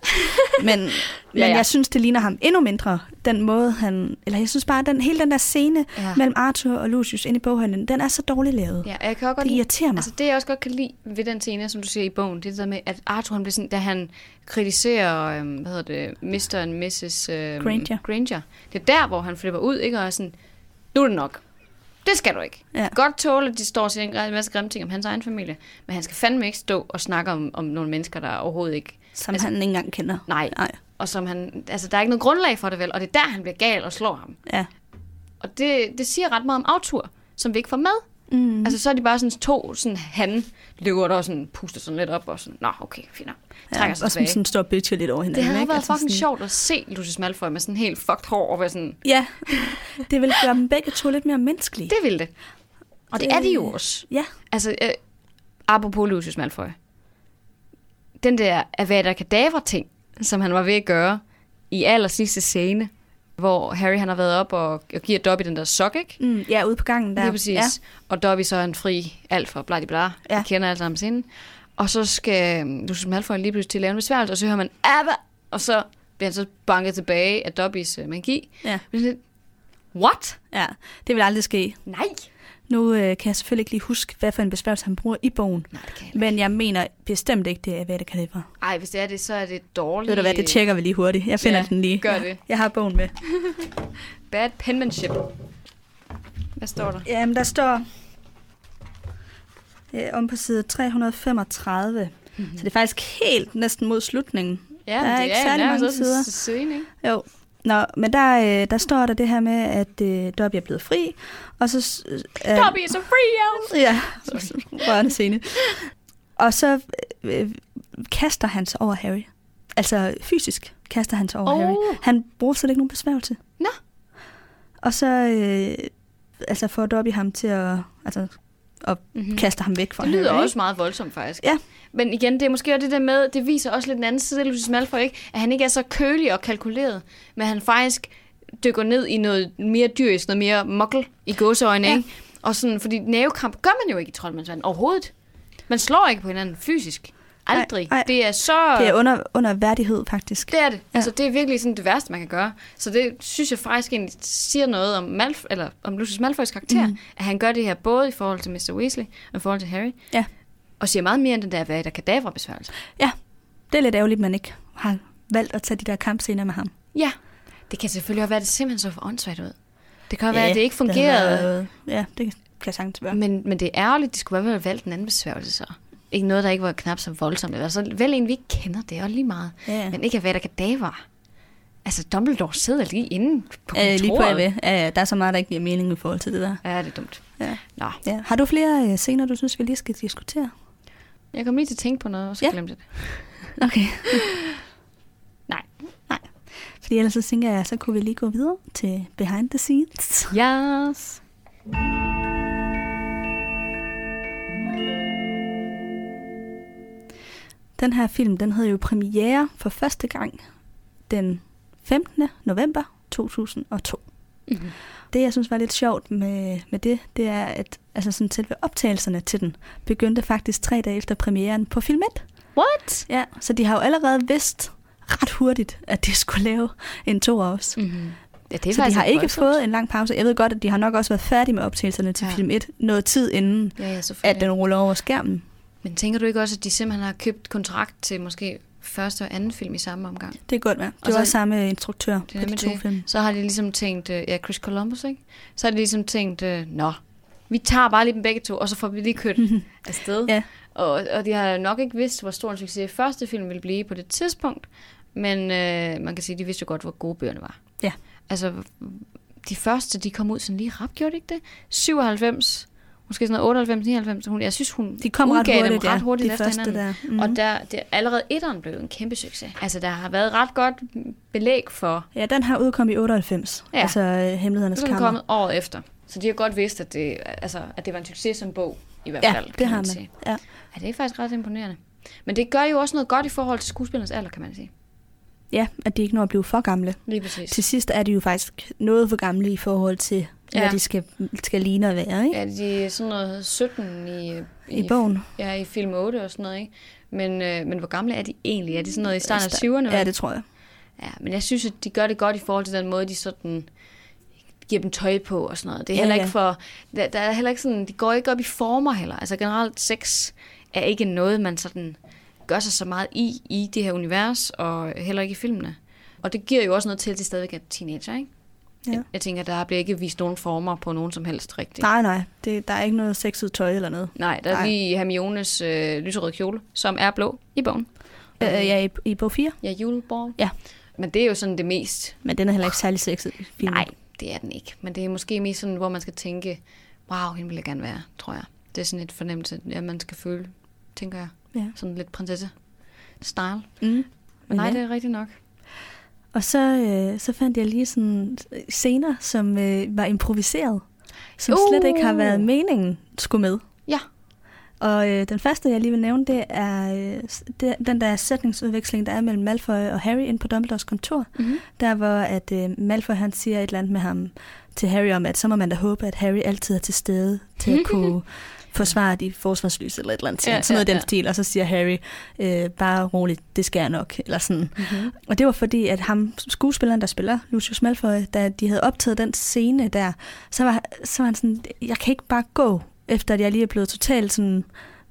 S2: Men, men ja,
S1: Ja,
S2: ja.
S1: ja.
S2: jeg synes, det ligner ham endnu mindre, den måde han... Eller jeg synes bare, den hele den der scene ja.
S1: Ja.
S2: mellem Arthur og Lucius inde i boghandlen, den er så dårligt lavet.
S1: Ja, og jeg kan også godt
S2: Det
S1: lide-
S2: irriterer mig.
S1: Altså, det jeg også godt kan lide ved den scene, som du siger i bogen, det er det der med, at Arthur, han bliver sådan, da han kritiserer, øhm, hvad hedder det, Mr. and Mrs. Øhm,
S2: Granger.
S1: Granger. Det er der, hvor han flipper ud, ikke? Og er sådan, nu er det nok. Det skal du ikke.
S2: Ja.
S1: Godt tåle, at de står og siger en gr- masse grimme ting om hans egen familie, men han skal fandme ikke stå og snakke om, om nogle mennesker, der overhovedet ikke...
S2: Som altså, han ikke engang kender.
S1: Nej.
S2: Nej.
S1: Og som han... Altså, der er ikke noget grundlag for det vel, og det er der, han bliver gal og slår ham.
S2: Ja.
S1: Og det, det siger ret meget om aftur, som vi ikke får med. Mm. Altså så er de bare sådan to sådan han løber der og sådan puster sådan lidt op og sådan, nå okay, fint nok. Trækker
S2: Ja,
S1: sig
S2: og sådan,
S1: tilbage.
S2: sådan står bitcher lidt over
S1: det
S2: hinanden.
S1: havde
S2: ikke?
S1: været
S2: Altså
S1: fucking
S2: sådan-
S1: sjovt at se Lucius Malfoy med sådan helt fucked hår og være sådan,
S2: Ja, det vil gøre dem begge to lidt mere menneskelige.
S1: det ville det. Og det,
S2: Det-
S1: er de jo også.
S2: Øh, Ja,
S1: Altså, øh, apropos Lucius Malfoy. Den der Avada Kedavra-ting, som han var ved at gøre i aller sidste scene, hvor Harry han har været op og, og giver Dobby den der sok, ikke?
S2: mm, ja ude på gangen der.
S1: Lige præcis.
S2: Ja.
S1: Ja. Og Dobby så er en fri alt for bla bla. Ja.
S2: Ja.
S1: Vi kender alle sammen scenen. Og så skal øhm, Lucius Malfoy lige pludselig til at lave en besværgelse, og så hører man Abba! Og så bliver han så banket tilbage af Dobbys øh, magi.
S2: Ja.
S1: Men sådan lidt, What?
S2: ja, det vil aldrig ske.
S1: Nej!
S2: Nu øh, kan jeg selvfølgelig ikke lige huske, hvad for en besværgelse han bruger i bogen.
S1: Nej, det kan jeg ikke.
S2: Men jeg mener bestemt ikke, det er hvad det kan være.
S1: Ej, hvis det er det, så er det dårligt.
S2: Ved du hvad, det tjekker vi lige hurtigt. Jeg finder
S1: Ja,
S2: den lige.
S1: gør det.
S2: Jeg har bogen med.
S1: Bad penmanship. Hvad står der?
S2: Jamen, der står øh, om på side 335.
S1: Mhm.
S2: Mm-hmm. Så det er faktisk helt næsten mod slutningen.
S1: Ja,
S2: Der er ikke særlig mange sider.
S1: Scene, ikke?
S2: Jo. Nå, men der, øh, der står der det her med, at øh, Dobby er blevet fri, og så... s- Øh,
S1: Dobby is a free elf!
S2: Ja, rørende scene. Og så øh, øh, kaster han sig over Harry. Altså fysisk kaster han sig over
S1: Oh.
S2: oh. Harry. Han bruger slet ikke nogen besværgelse.
S1: Nå.
S2: Og så øh, altså får Dobby ham til at... Altså, og mm-hmm. kaster ham væk fra
S1: Mhm. Det lyder
S2: Harry.
S1: også meget voldsomt, faktisk.
S2: Ja.
S1: Men igen, det er måske også det der med, det viser også lidt den anden side af Lucius Malfoy, ikke? at han ikke er så kølig og kalkuleret, men han faktisk dykker ned i noget mere dyrisk, noget mere mokkel i gåseøjne, ja. ikke? Og sådan, fordi nævekamp gør man jo ikke i troldmandsvand overhovedet. Man slår ikke på hinanden fysisk. Aldrig.
S2: Nej, nej.
S1: Det er så...
S2: Det er under, under værdighed, faktisk.
S1: Det er det. Ja. Altså, det er virkelig sådan det værste, man kan gøre. Så det synes jeg faktisk egentlig siger noget om, Malf- eller om Lucius Malfoys karakter,
S2: Mhm.
S1: mm. at han gør det her både i forhold til Mr. Weasley og i forhold til Harry.
S2: Ja.
S1: Og siger meget mere end den der, hvad der kadavra besværgelse.
S2: Ja, det er lidt ærgerligt, at man ikke har valgt at tage de der kampscener med ham.
S1: Ja. Det kan selvfølgelig også være, at det simpelthen så for åndssvagt ud. Det kan jo
S2: Ja,
S1: være, at det ikke
S2: har
S1: fungerede. Mm.
S2: været- Ja, det kan jeg sagtens være.
S1: Men, men det er ærgerligt, de skulle i hvert fald have valgt en anden besværgelse så. Ikke noget, der ikke var knap så voldsomt. Eller så vælg en, vi ikke kender, det er også lige meget.
S2: Ja.
S1: Men ikke af hvad der kadaver. Altså, Dumbledore sidder lige inde på kontoret.
S2: Øh, lige på AV. Ja, ja, der er så meget, der ikke giver mening i forhold til det der.
S1: Ja, det er dumt.
S2: Ja.
S1: Nå,
S2: Ja. Har du flere øh, scener, du synes, vi lige skal diskutere?
S1: Jeg kom lige til at tænke på noget, og så ja.
S2: Ja.
S1: glemte jeg det.
S2: Okay.
S1: Nej.
S2: Nej. Fordi ellers så tænker jeg, så kunne vi lige gå videre til behind the scenes.
S1: Yes.
S2: Den her film, den havde jo premiere for første gang den 15. november 2002.
S1: Mhm.
S2: Det, jeg synes var lidt sjovt med, med det, det er, at altså sådan selve optagelserne til den begyndte faktisk tre dage efter premieren på Film 1.
S1: What?
S2: Ja, så de har jo allerede vidst ret hurtigt, at de skulle lave en to også.
S1: Mm-hmm. Ja, det er
S2: Så de
S1: faktisk
S2: har
S1: lidt
S2: ikke
S1: voldsomt.
S2: fået en lang pause. Jeg ved godt, at de har nok også været færdige med optagelserne til
S1: Ja.
S2: ja. film 1 noget tid inden,
S1: Ja, ja,
S2: at
S1: selvfølgelig.
S2: den ruller over skærmen.
S1: Men tænker du ikke også, at de simpelthen har købt kontrakt til måske første og anden film i samme omgang?
S2: Det er godt, med.
S1: Og
S2: Det
S1: så-
S2: var også samme instruktør
S1: Det er
S2: på de
S1: nemlig
S2: to
S1: det.
S2: film.
S1: Så har de ligesom tænkt, øh, ja, Chris Columbus, ikke? Så har de ligesom tænkt, øh, nå, vi tager bare lige dem begge to, og så får vi lige kørt afsted.
S2: Ja.
S1: Og, og de har nok ikke vidst, hvor stor en succes første film ville blive på det tidspunkt, men øh, man kan sige, de vidste jo godt, hvor gode bøgerne var.
S2: Ja.
S1: Altså, de første, de kom ud sådan lige rap, gjorde de ikke det? 97, måske sådan noget 98, 99. Hun, jeg synes, hun
S2: De kom ret
S1: udgav
S2: hurtigt,
S1: dem
S2: ja,
S1: ret hurtigt
S2: de
S1: efter
S2: første
S1: hinanden.
S2: der.
S1: Mm.
S2: Mhm.
S1: Og der, det, allerede etteren blev en kæmpe succes. Altså, der har været ret godt belæg for
S2: Ja, den her udkom i 98,
S1: Ja.
S2: ja. altså øh, Hemmelighedernes
S1: så er den
S2: Kammer.
S1: kommet året efter. Så de har godt vidst, at det, altså, at det var en succes som bog, i hvert
S2: Ja,
S1: fald.
S2: det
S1: kan
S2: har
S1: man
S2: man.
S1: sige.
S2: Ja.
S1: Ja, det er faktisk ret imponerende. Men det gør jo også noget godt i forhold til skuespillernes alder, kan man sige.
S2: ja, at de ikke når at blive for gamle.
S1: Lige præcis.
S2: Til sidst er de jo faktisk noget for gamle i forhold til, ja.
S1: Ja.
S2: hvad de skal, skal ligne at være, ikke?
S1: Ja, de er sådan noget 17 i,
S2: I bogen.
S1: Ja, i film 8 og sådan noget, ikke? Men, øh, men hvor gamle er de egentlig? Er de sådan noget i starten af 20'erne?
S2: Ja, det tror jeg.
S1: ja, men jeg synes, at de gør det godt i forhold til den måde, de sådan giver dem tøj på og sådan noget. Det er
S2: Ja,
S1: heller
S2: ja.
S1: ikke for... Der, der er heller ikke sådan... De går ikke op i former heller. Altså generelt sex er ikke noget, man sådan gør sig så meget i, i det her univers, og heller ikke i filmene. Og det giver jo også noget til, at de stadigvæk er teenager, ikke?
S2: Ja.
S1: Jeg, jeg tænker, der bliver ikke vist nogen former på nogen som helst rigtigt.
S2: Nej, nej, det, der er ikke noget sexet tøj eller noget.
S1: Nej, der er
S2: Nej.
S1: lige Hermiones øh, lyserøde kjole, som er blå i bogen.
S2: Øh, ja, i, i bog 4,
S1: Ja, julebog.
S2: Ja.
S1: Men det er jo sådan det mest
S2: men den er heller ikke særlig sexet. i filmen.
S1: Nej, det er den ikke. Men det er måske mest sådan, hvor man skal tænke, wow, hende vil jeg gerne være, tror jeg. Det er sådan et fornemmelse, at man skal føle, tænker jeg.
S2: Ja.
S1: Sådan lidt prinsesse style.
S2: Mm.
S1: Men nej,
S2: Ja.
S1: det er rigtigt nok.
S2: Og så, øh, så fandt jeg lige sådan scener, som øh, var improviseret, som uh. slet ikke har været
S1: Uh.
S2: meningen skulle med.
S1: Ja.
S2: Og øh, den første, jeg lige vil nævne, det er øh, s- det, er den der sætningsudveksling, der er mellem Malfoy og Harry inde på Dumbledores kontor.
S1: Mm-hmm.
S2: Der hvor at, øh, Malfoy han siger et eller andet med ham til Harry om, at så må man da håbe, at Harry altid er til stede til at kunne forsvare de forsvarsløse eller et eller andet.
S1: Ja,
S2: Ja, sådan noget
S1: ja,
S2: ja, den
S1: ja.
S2: stil. Og så siger Harry, øh, bare roligt, det skal jeg nok. Eller sådan.
S1: Mm-hmm.
S2: Og det var fordi, at ham skuespilleren, der spiller Lucius Malfoy, da de havde optaget den scene der, så var, så var han sådan, jeg kan ikke bare gå, efter at jeg lige er blevet totalt sådan,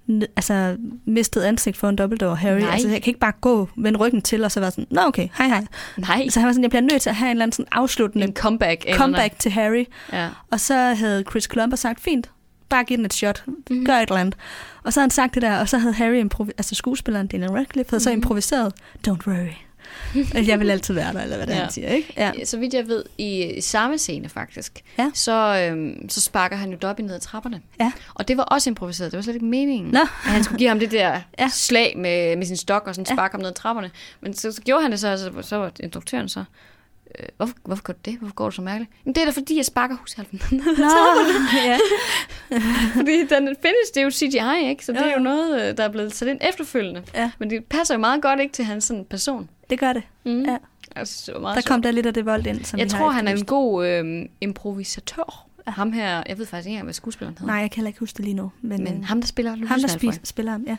S2: n- altså mistet ansigt for en dobbeltår, Harry.
S1: Nej.
S2: Altså, jeg kan ikke bare gå, vende ryggen til, og så være sådan, nå okay, hej hej.
S1: Nej,
S2: Så han var sådan, jeg bliver nødt til at have en eller anden sådan afsluttende
S1: en comeback. eller
S2: comeback til Harry.
S1: noget. Ja.
S2: Og så havde Chris Columbus sagt, fint, bare giv den et shot,
S1: Mhm.
S2: gør et eller andet. Og så havde han sagt det der, og så havde Harry, improvi- altså skuespilleren Daniel Radcliffe, havde så
S1: Mhm.
S2: improviseret, don't worry. At jeg vil altid være der, eller hvad det er,
S1: Ja.
S2: han siger, ikke? Ja.
S1: Så vidt jeg ved, i, i samme scene faktisk,
S2: Ja.
S1: så, øhm, så sparker han jo Dobby ned ad trapperne.
S2: Ja.
S1: Og det var også improviseret. Det var slet ikke meningen,
S2: Nå.
S1: at han skulle give ham det der ja.
S2: Ja.
S1: slag med, med sin stok og sådan
S2: Ja.
S1: sparke ham ned ad trapperne. Men så, så gjorde han det så, og så, så var instruktøren så, øh, hvorfor, hvorfor gør du det? Hvorfor går du så mærkeligt? Men det er da fordi, jeg sparker hushalven ned ad trapperne.
S2: ja.
S1: Fordi den findes, det er jo CGI, ikke? Så det er jo noget, øh, der er blevet sat ind efterfølgende.
S2: Ja.
S1: Men det passer jo meget godt ikke til hans sådan, person.
S2: Det gør det.
S1: Mm.
S2: Ja.
S1: Altså, det var meget
S2: Der
S1: sjovt.
S2: kom der lidt af det vold ind, som
S1: Jeg
S2: vi
S1: tror,
S2: har
S1: han er en
S2: efterlyst.
S1: god øh, improvisatør. Ham her, jeg ved faktisk ikke engang, hvad skuespilleren hedder.
S2: Nej, jeg kan heller ikke huske det lige nu. Men, øh,
S1: Men
S2: men
S1: ham, der spiller Lucius
S2: ham, der
S1: Malfoy.
S2: spil, spiller ham, ja.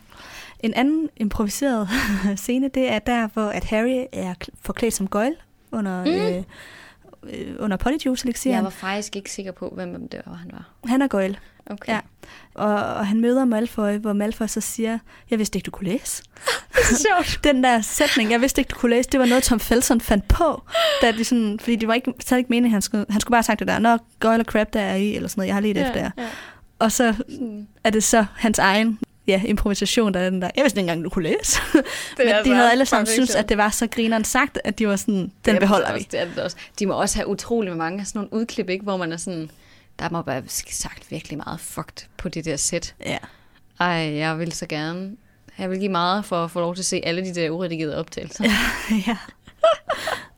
S2: En anden improviseret scene, det er der, hvor at Harry er kl- forklædt som gøjl under, mm. øh, øh, under polyjuice elixiren
S1: Jeg var faktisk ikke sikker på, hvem hvem det var, han var.
S2: Han er gøjl.
S1: Okay.
S2: Ja. Og, og han møder Malfoy, hvor Malfoy så siger, jeg vidste ikke, du kunne læse. Sjovt. Den der sætning, jeg vidste ikke, du kunne læse, det var noget, Tom Felton fandt på. Da de sådan, fordi det var ikke, så ikke meningen, han skulle, han skulle bare have sagt det der, når gøjl og crap der er i, eller sådan noget, jeg har let efter jer.
S1: ja.
S2: Og så
S1: Sådan.
S2: er det så hans egen ja, improvisation, der er den der, jeg vidste ikke engang, du kunne læse. Men
S1: er
S2: de
S1: altså
S2: havde alle sammen
S1: fucking
S2: syntes,
S1: sjovt.
S2: at det var så grineren sagt, at de var sådan, den
S1: Det er
S2: beholder
S1: det
S2: vi.
S1: Også, det er det også. De må også have utrolig mange af sådan nogle udklip, ikke, hvor man er sådan... Der må være sagt virkelig meget fucked på det der sæt.
S2: Ja.
S1: Ej, jeg vil så gerne... Jeg vil give meget for at få lov til at se alle de der uredigerede optagelser. Ja,
S2: ja.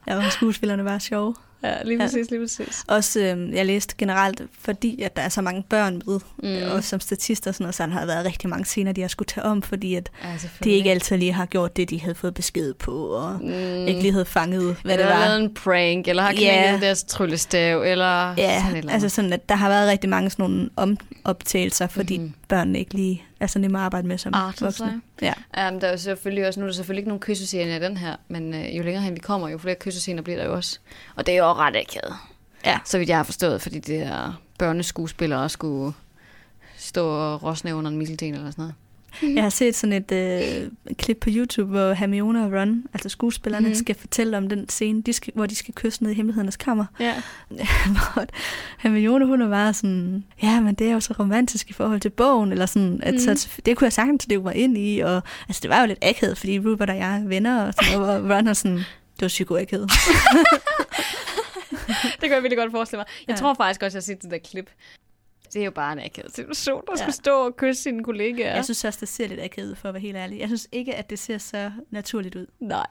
S2: Ja, og skuespillerne var sjove.
S1: ja lige
S2: Ja.
S1: præcis, lige præcis.
S2: Også, øh, jeg læste generelt, fordi at der er så mange børn med,
S1: Mm.
S2: mm. og som statister og sådan noget, så har der været rigtig mange scener, de har skulle tage om, fordi at
S1: Ja,
S2: de ikke altid lige har gjort det, de havde fået besked på, og mm. ikke lige havde fanget, hvad
S1: eller
S2: det
S1: har
S2: var.
S1: lavet en prank, eller har
S2: Ja.
S1: knækket deres tryllestav, eller sådan et
S2: Ja,
S1: eller
S2: altså
S1: andet.
S2: sådan, at der har været rigtig mange sådan nogle omoptagelser, fordi
S1: Mhm.
S2: mm-hmm. børnene ikke lige er så nemme at arbejde med som
S1: Arter sig.
S2: voksne. Ja.
S1: Um, der er jo selvfølgelig også, nu er der selvfølgelig ikke nogen kyssescener i den her, men øh, jo længere hen vi kommer, jo flere kyssescener bliver der jo også. Og det er jo ret akavet.
S2: Ja.
S1: Så vidt jeg har forstået, fordi det der børneskuespillere skulle stå og rosne under en misselten eller sådan noget.
S2: Jeg har set sådan et øh, klip på YouTube, hvor Hermione og Ron, altså skuespillerne,
S1: Mhm.
S2: mm-hmm. skal fortælle om den scene, de skal, hvor de skal kysse ned i hemmelighedernes kammer.
S1: Ja.
S2: hvor at Hermione, hun er bare sådan, ja, men det er jo så romantisk i forhold til bogen, eller sådan, at mm.
S1: Mhm.
S2: så, det kunne jeg sagtens leve mig ind i, og altså, det var jo lidt akavet, fordi Rupert og jeg er venner, og, sådan, og hvor Ron er sådan, det var psykoakavet.
S1: Det kan jeg virkelig godt forestille mig. Jeg ja.
S2: Ja.
S1: tror faktisk også, jeg har set det der klip. Det er jo bare en akavet situation, der ja.
S2: Ja.
S1: skulle stå og kysse sine kollegaer.
S2: Jeg synes også, det ser lidt akavet ud, for at være helt ærlig. Jeg synes ikke, at det ser så naturligt ud.
S1: Nej.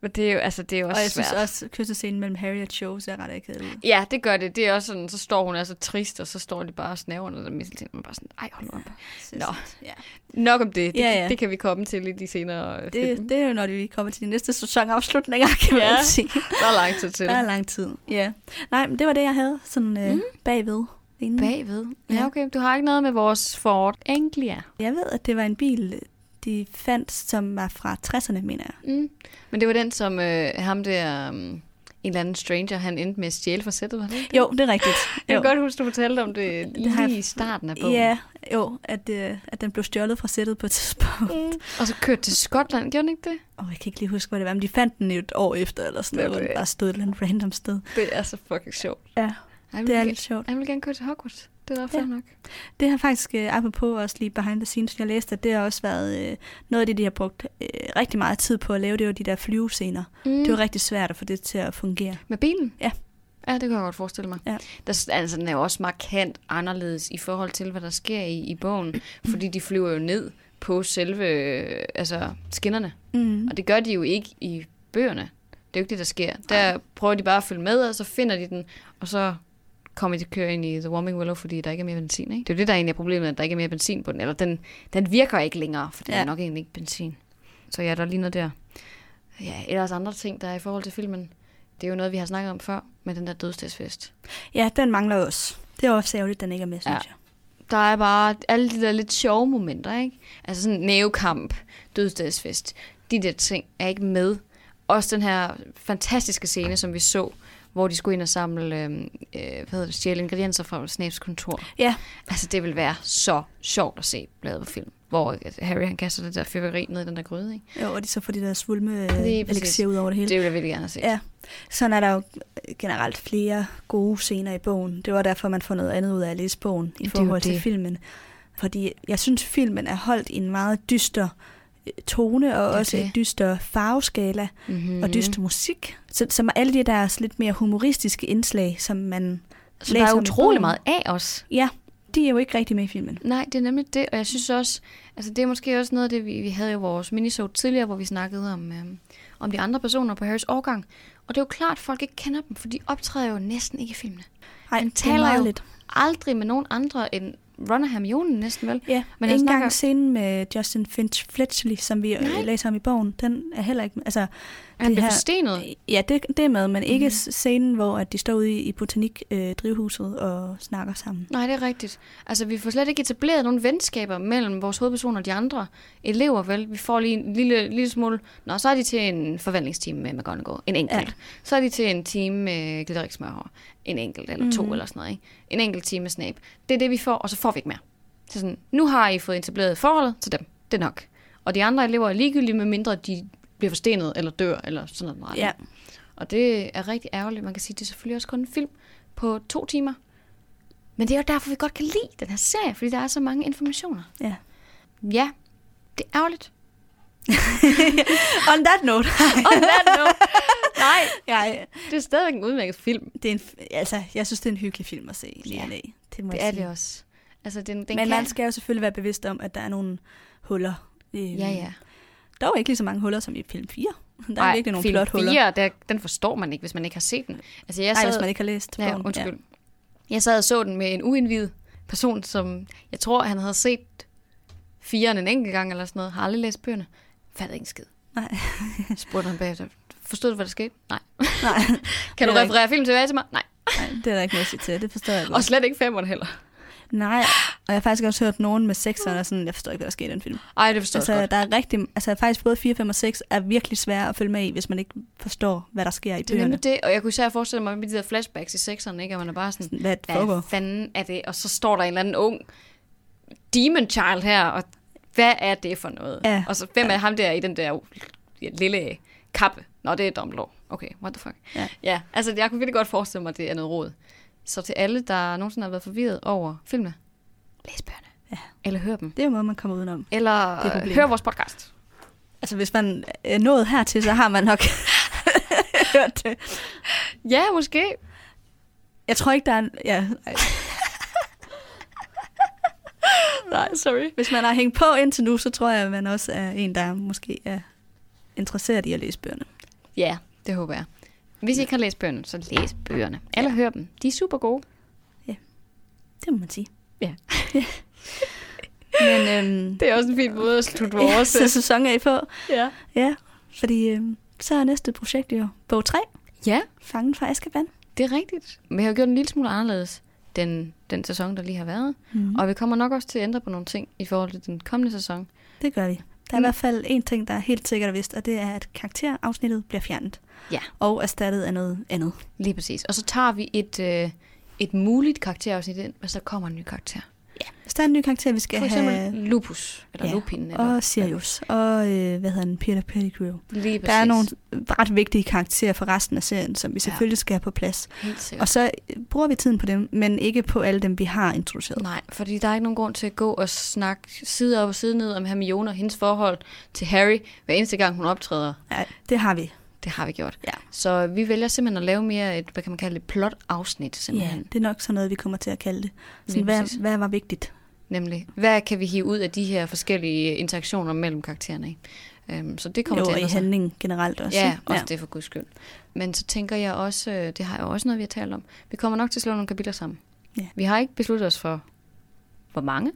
S1: Men det er jo, altså, det er jo også
S2: Og jeg
S1: svært.
S2: synes også, kyssescenen mellem Harry og Cho ser ret akavet ud.
S1: Ja, det gør det. Det er også sådan, så står hun altså trist, og så står de bare og snaver under den mistelten. Man er bare sådan, ej, hold nu op.
S2: Synes-
S1: Nå.
S2: Ja.
S1: Nok om det. Det,
S2: Ja,
S1: ja, ja.
S2: ja.
S1: det kan vi komme til lidt i senere det,
S2: Det,
S1: film.
S2: det er jo, når vi kommer til de næste sæsonafslutninger, kan man
S1: Ja.
S2: sige.
S1: Der er lang tid til.
S2: Der er lang tid. Ja. Nej, men det var det, jeg havde sådan øh, mm. bagved. Inden.
S1: Bagved. Ja,
S2: Ja.
S1: okay. Du har ikke noget med vores Ford Anglia.
S2: Jeg ved, at det var en bil, de fandt, som var fra 60'erne, mener jeg.
S1: Mm. Men det var den, som øh, ham der... Um, en eller anden stranger, han endte med at stjæle fra sættet, var det ikke det?
S2: Jo, det er rigtigt.
S1: Jeg
S2: Jo.
S1: kan godt huske, du fortalte om det
S2: Det har jeg-
S1: lige i starten af bogen.
S2: Ja, jo, at, øh, at den blev stjålet fra sættet på et tidspunkt. Mm.
S1: Og så kørte til Skotland, gjorde den ikke det?
S2: Og jeg kan ikke lige huske, hvor det var, men de fandt den jo et år efter, eller sådan
S1: Det er
S2: noget, hvor
S1: det.
S2: den bare stod et eller andet random sted.
S1: Det er så fucking sjovt.
S2: Ja,
S1: Han
S2: det
S1: ville,
S2: er
S1: ge-
S2: lidt sjovt.
S1: han ville gerne køre til Hogwarts. Det var fair nok.
S2: Det har faktisk, øh, apropos også lige behind the scenes, jeg læste, at det har også været øh, noget af det, de har brugt øh, rigtig meget tid på at lave, det var de der flyvescener. Mm. Det var rigtig svært at få det til at fungere.
S1: Mm. Med bilen?
S2: Ja.
S1: Ja, det kan jeg godt forestille mig.
S2: Ja.
S1: Der, s- altså, den er jo også markant anderledes i forhold til, hvad der sker i, i bogen, fordi de flyver jo ned på selve øh, altså, skinnerne,
S2: Mm.
S1: og det gør de jo ikke i bøgerne. Det er jo ikke det, der sker. Der prøver de bare at følge med, og så finder de den, og så kommer de til at køre ind i The Warming Willow, fordi der ikke er mere benzin. Ikke? Det er jo det, der egentlig er problemet, at der ikke er mere benzin på den, eller den, den virker ikke længere, for der
S2: Ja.
S1: er nok egentlig ikke benzin. Så ja, der er lige noget der. Ja, ellers andre ting, der er i forhold til filmen. Det er jo noget, vi har snakket om før, med den der dødstagsfest.
S2: Ja, den mangler også. Det er også ærgerligt, den ikke er med, synes
S1: Ja.
S2: jeg.
S1: Der er bare alle de der lidt sjove momenter, ikke? Altså sådan nævekamp, dødsdagsfest, de der ting er ikke med. Også den her fantastiske scene, som vi så, hvor de skulle ind og samle, øh, øh, hvad hedder det, stjæle ingredienser fra Snaps kontor.
S2: Ja,
S1: Altså, det ville være så sjovt at se lavet på film. Hvor øh, Harry, han kaster det der fyrværkeri ned i den der gryde, ikke?
S2: jo, og de så får de der svulme øh,
S1: Lige præcis.
S2: elixir ud over det hele.
S1: Det ville jeg virkelig gerne have set.
S2: Ja. Sådan er der jo øh, generelt flere gode scener i bogen. Det var derfor, man får noget andet ud af at læse bogen i
S1: er jo
S2: forhold til
S1: det.
S2: filmen. Fordi jeg synes, filmen er holdt i en meget dyster øh, tone og
S1: er
S2: også
S1: det.
S2: et dyster farveskala
S1: Mm-hmm.
S2: mm. og dyster musik. Så, som er alle de der lidt mere humoristiske indslag, som man
S1: Så der er
S2: om i
S1: utrolig
S2: bogen.
S1: meget af os.
S2: Ja, de er jo ikke rigtig med i filmen.
S1: Nej, det er nemlig det, og jeg synes også, altså det er måske også noget af det, vi, vi havde jo vores minisode tidligere, hvor vi snakkede om, øh, om de andre personer på Harrys årgang. Og det er jo klart, at folk ikke kender dem, for de optræder jo næsten ikke i filmene.
S2: Ej,
S1: Han
S2: det er
S1: taler
S2: meget
S1: jo
S2: lidt.
S1: Aldrig med nogen andre end Ron og Hermione næsten, vel?
S2: Ja,
S1: Men
S2: men
S1: han
S2: ikke
S1: snakker-
S2: engang scenen med Justin Finch Fletchley, som vi Nej. læser om i bogen, den er heller ikke... Altså,
S1: Han
S2: det
S1: bliver
S2: her-
S1: forstenet.
S2: Ja, det, det er med, men ikke mm-hmm. scenen, hvor at de står ude i, i botanikdrivhuset øh, drivhuset og snakker sammen.
S1: Nej, det er rigtigt. Altså, vi får slet ikke etableret nogen venskaber mellem vores hovedpersoner og de andre elever, vel? Vi får lige en lille, lille smule... Nå, så er de til en forvandlingsteam med McGonagall. En enkelt. Ja.
S2: Ja.
S1: Så er de til en team med Glitterik Smørhår. En enkelt eller to mm. eller sådan noget, ikke? En enkelt team med Snape. Det er det, vi får, og så får vi ikke mere. Så sådan, nu har I fået etableret forholdet til dem. Det er nok. Og de andre elever er ligegyldige, medmindre de bliver forstenet eller dør eller sådan noget.
S2: Ja.
S1: Og det er rigtig ærgerligt. Man kan sige, at det er selvfølgelig også kun en film på to timer. Men det er jo derfor, vi godt kan lide den her serie, fordi der er så mange informationer.
S2: Ja.
S1: Ja, det er ærgerligt.
S2: On that note.
S1: On that note. Nej,
S2: ja,
S1: det er stadigvæk en udmærket film.
S2: det er en, f- altså, jeg synes, det er en hyggelig film at se i
S1: Ja.
S2: ja. dag. Det, må
S1: Det
S2: jeg
S1: er
S2: sige.
S1: det også. Altså, den, den
S2: Men
S1: kan...
S2: man skal jo selvfølgelig være bevidst om, at der er nogle huller. Øhm,
S1: Ja, ja.
S2: Der er jo ikke lige så mange huller som i film 4. Der er
S1: Ej,
S2: virkelig nogle
S1: film
S2: plothuller.
S1: fire, der, den forstår man ikke, hvis man ikke har set den. Altså, jeg
S2: Nej,
S1: sad...
S2: hvis man ikke har læst
S1: Ja,
S2: bogen.
S1: undskyld. Ja. Jeg sad og så den med en uindvidet person, som jeg tror, han havde set firen en enkelt gang eller sådan noget. Har aldrig læst bøgerne. Fattede ikke en skid.
S2: Nej.
S1: Spurgte han bagefter. Forstod du, hvad der skete? Nej.
S2: Nej,
S1: Kan du
S2: Det er
S1: referere film tilbage til mig? Nej.
S2: nej, det er der ikke noget at sige til. Det forstår jeg godt.
S1: Og slet ikke femmeren heller.
S2: Nej, og jeg har faktisk også hørt nogen med 6'erne, og sådan, jeg forstår ikke, hvad der sker i den film.
S1: Ej, det forstår
S2: Altså,
S1: jeg godt.
S2: der er rigtig, altså faktisk både 4, 5 og 6 er virkelig svære at følge med i, hvis man ikke forstår, hvad der sker i
S1: Det er
S2: bøgerne.
S1: nemlig det, og jeg kunne især forestille mig med de der flashbacks i sekseren, ikke? Og man er bare sådan,
S2: Hvad der
S1: hvad
S2: foregår.
S1: fanden er det? Og så står der en eller anden ung demon child her, og hvad er det for noget?
S2: Ja.
S1: Og så hvem er ham der i den der lille kappe? Nå, det er Dumbledore. Okay, what the fuck?
S2: Ja.
S1: ja altså jeg kunne virkelig godt forestille mig, at det er noget råd. Så til alle, der nogensinde har været forvirret over filmene, læs bøgerne. Ja. Eller hør dem.
S2: Det er jo måden, man kommer udenom.
S1: Eller
S2: Det er problemet.
S1: hør vores podcast.
S2: Altså, hvis man er nået hertil, så har man nok hørt det.
S1: Ja, måske.
S2: Jeg tror ikke, der er... en- Ja, ej.
S1: Nej, sorry.
S2: hvis man har hængt på indtil nu, så tror jeg, at man også er en, der måske er interesseret i at læse bøgerne.
S1: Ja, det håber jeg. Hvis I ikke har læst bøgerne, så læs bøgerne. Eller hør dem. De er super gode.
S2: Det må man sige.
S1: Ja.
S2: Men øhm,
S1: Det er også en fin måde at slutte
S2: ja, så sæson er I på.
S1: Ja.
S2: Ja, fordi øhm, så er næste projekt jo bog 3,
S1: ja,
S2: Fangen fra Askeban.
S1: det er rigtigt. Vi har jo gjort en lille smule anderledes den, den sæson, der lige har været.
S2: Mm.
S1: Og vi kommer nok også til at ændre på nogle ting i forhold til den kommende sæson.
S2: Det gør vi. Der
S1: Mm.
S2: er i hvert fald en ting, der er helt sikkert og vist, og det er, at karakterafsnittet bliver fjernet.
S1: Ja.
S2: Og erstattet af noget andet.
S1: Lige præcis. Og så tager vi et, øh, et muligt karakterafsnit ind, hvis der kommer en ny karakter.
S2: Hvis der er en ny karakter, vi skal
S1: For
S2: have...
S1: eksempel Lupus, eller
S2: Ja,
S1: Lupin, eller
S2: Og Sirius, og øh, hvad hedder den, Peter Pettigrew.
S1: lige præcis.
S2: Der er nogle ret vigtige karakterer for resten af serien, som vi selvfølgelig skal have på plads.
S1: Helt sikkert.
S2: Og så øh, bruger vi tiden på dem, men ikke på alle dem, vi har introduceret.
S1: Nej, fordi der er ikke nogen grund til at gå og snakke side op og side ned om Hermione og hendes forhold til Harry, hver eneste gang hun optræder.
S2: Nej, det har vi.
S1: Det har vi gjort.
S2: Ja.
S1: Så vi vælger simpelthen at lave mere et, hvad kan man kalde det, plot-afsnit simpelthen.
S2: Ja, det er nok sådan noget, vi kommer til at kalde det.
S1: Lige
S2: Sådan,
S1: præcis.
S2: hvad, hvad var vigtigt?
S1: Nemlig, hvad kan vi hive ud af de her forskellige interaktioner mellem karaktererne i? Øhm, så det kommer
S2: Jo,
S1: til at
S2: og i
S1: ændre sig.
S2: handlingen generelt også.
S1: Ja,
S2: ikke?
S1: også ja. det for guds skyld. Men så tænker jeg også, øh, det har jeg også noget, vi har talt om, vi kommer nok til at slå nogle kapitler sammen.
S2: Ja.
S1: Vi har ikke besluttet os for, hvor mange.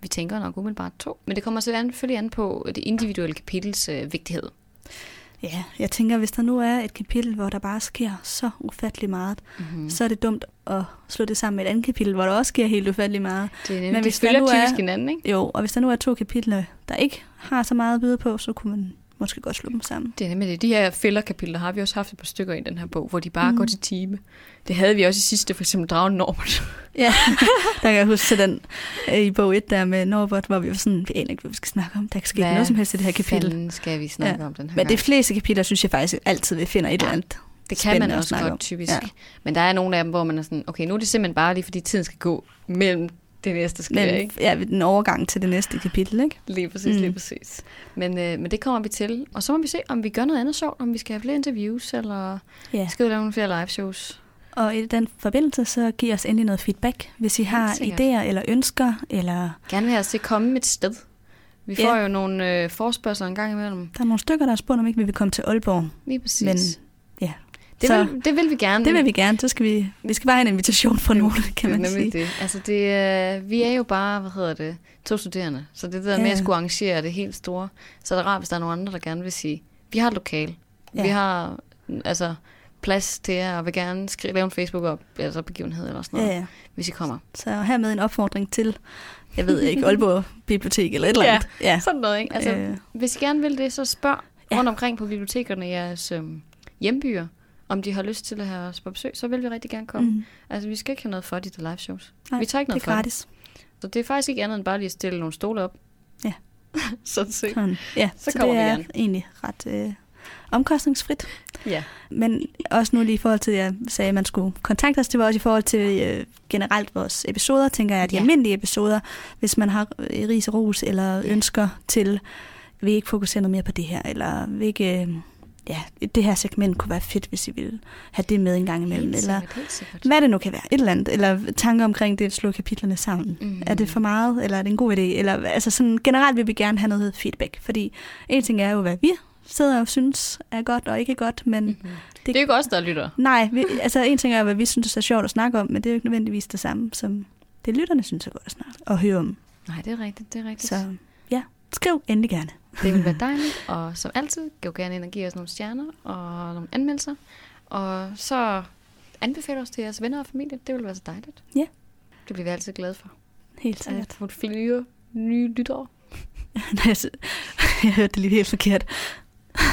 S1: Vi tænker nok umiddelbart to. Men det kommer selvfølgelig an på øh, det individuelle kapitels øh, vigtighed.
S2: Ja, jeg tænker, hvis der nu er et kapitel, hvor der bare sker så ufattelig meget,
S1: Mm.
S2: mm-hmm. så er det dumt at slå det sammen med et andet kapitel, hvor der også sker helt ufattelig meget.
S1: Det er nemlig,
S2: Men
S1: Men de
S2: hvis der
S1: følger
S2: nu er-
S1: typisk hinanden, ikke?
S2: Jo, og hvis der nu er to kapitler, der ikke har så meget at byde på, så kunne man måske godt slå dem sammen.
S1: Det er nemlig det. De her fælderkapitler har vi også haft et par stykker i den her bog, hvor de
S2: Mhm.
S1: bare mm. går til time. Det havde vi også i sidste, for eksempel Dragen Norbert.
S2: Ja, der kan jeg huske til den øh, i bog 1 der med Norbert, hvor vi var sådan, vi aner ikke, hvad vi skal snakke om. Der kan ske
S1: Hvad
S2: noget som helst i det her kapitel.
S1: Fanden skal vi snakke ja. om den her
S2: Men
S1: gang?
S2: de fleste kapitler, synes jeg faktisk altid, vi finder et eller andet.
S1: Det kan man
S2: spændende at
S1: også
S2: snakke
S1: godt
S2: om.
S1: typisk. Ja.
S2: Ja.
S1: Men der er nogle af dem, hvor man er sådan, okay, nu er det simpelthen bare lige, fordi tiden skal gå mellem det næste sker,
S2: Men
S1: ikke?
S2: ja, ved den overgang til det næste kapitel, ikke?
S1: Lige præcis, mm.
S2: Mm.
S1: lige præcis. Men, øh, men det kommer vi til. Og så må vi se, om vi gør noget andet sjovt, om vi skal have flere interviews, eller
S2: Ja.
S1: skal vi lave nogle flere live shows.
S2: Og i den forbindelse, så giv os endelig noget feedback, hvis I har
S1: sikkert.
S2: idéer eller ønsker, eller
S1: Gerne vil have os til at komme et sted. Vi
S2: Ja.
S1: får jo nogle øh, forspørgseler en gang imellem.
S2: der er nogle stykker, der har spurgt, om ikke vi vil komme til Aalborg.
S1: Lige præcis.
S2: Men ja,
S1: det,
S2: så-
S1: vil, det vil vi gerne.
S2: Det vil vi gerne, så skal vi, vi skal bare have en invitation fra nogen, kan man
S1: det er
S2: sige.
S1: nemlig det. Altså det, øh, vi er jo bare, hvad hedder det, to studerende. Så det der med
S2: Ja.
S1: at skulle arrangere det helt store, så er det rart, hvis der er nogen andre, der gerne vil sige, vi har et lokal. Ja.
S2: Ja.
S1: Vi har altså plads til jer, og vil gerne skrive, lave en Facebook op, altså begivenhed eller sådan
S2: Ja,
S1: noget,
S2: ja.
S1: hvis I kommer.
S2: Så hermed en opfordring til, jeg ved ikke, Aalborg Bibliotek eller et eller
S1: Ja.
S2: andet. Ja.
S1: Sådan noget, ikke? Altså, øh.
S2: Øh.
S1: hvis I gerne vil det, så spørg ja.
S2: Ja.
S1: rundt omkring på bibliotekerne i jeres øhm, hjembyer, om de har lyst til at have os på besøg, så vil vi rigtig gerne komme. Mm.
S2: Mm.
S1: Altså, vi skal ikke have noget for de der live shows.
S2: Nej,
S1: vi tager ikke
S2: Det
S1: noget
S2: er
S1: for det.
S2: gratis.
S1: Så det er faktisk ikke andet end bare lige at stille nogle stole op.
S2: Ja.
S1: Sådan set.
S2: Sådan. Ja,
S1: Så
S2: så, så
S1: kommer
S2: det
S1: vi
S2: er
S1: gerne.
S2: egentlig ret øh, omkostningsfrit.
S1: Ja.
S2: Men også nu lige i forhold til, at jeg sagde, at man skulle kontakte os, det var også i forhold til øh, generelt vores episoder, tænker jeg, at de
S1: Ja.
S2: ja. almindelige episoder, hvis man har øh, ris og ros eller ønsker til, vil I ikke fokusere noget mere på det her, eller vil ikke, øh, ja, det her segment kunne være fedt, hvis I ville have det med en gang imellem, eller hvad det nu kan være, et eller andet, eller tanker omkring det at slå kapitlerne sammen.
S1: Mm.
S2: Mm. Er det for meget, eller er det en god idé? Eller, altså sådan, generelt vil vi gerne have noget feedback, fordi en ting er jo, hvad vi sidder og synes er godt og ikke godt, men
S1: Mhm.
S2: mm.
S1: Det er jo ikke os, der lytter.
S2: nej, vi, altså en ting er, hvad vi synes er sjovt at snakke om, men det er jo ikke nødvendigvis det samme, som det lytterne synes er godt at snakke og høre om.
S1: Nej, det er rigtigt, det er rigtigt. Så.
S2: Så ja, skriv endelig gerne.
S1: Det vil være dejligt, og som altid, gå gerne ind og give os nogle stjerner og nogle anmeldelser. Og så anbefale os til jeres venner og familie, det vil være så dejligt.
S2: Ja.
S1: Det bliver vi altid glade for.
S2: Helt
S1: Så
S2: sikkert.
S1: at få flere nye lyttere.
S2: Nej, jeg, sy- jeg hørte det lige helt forkert.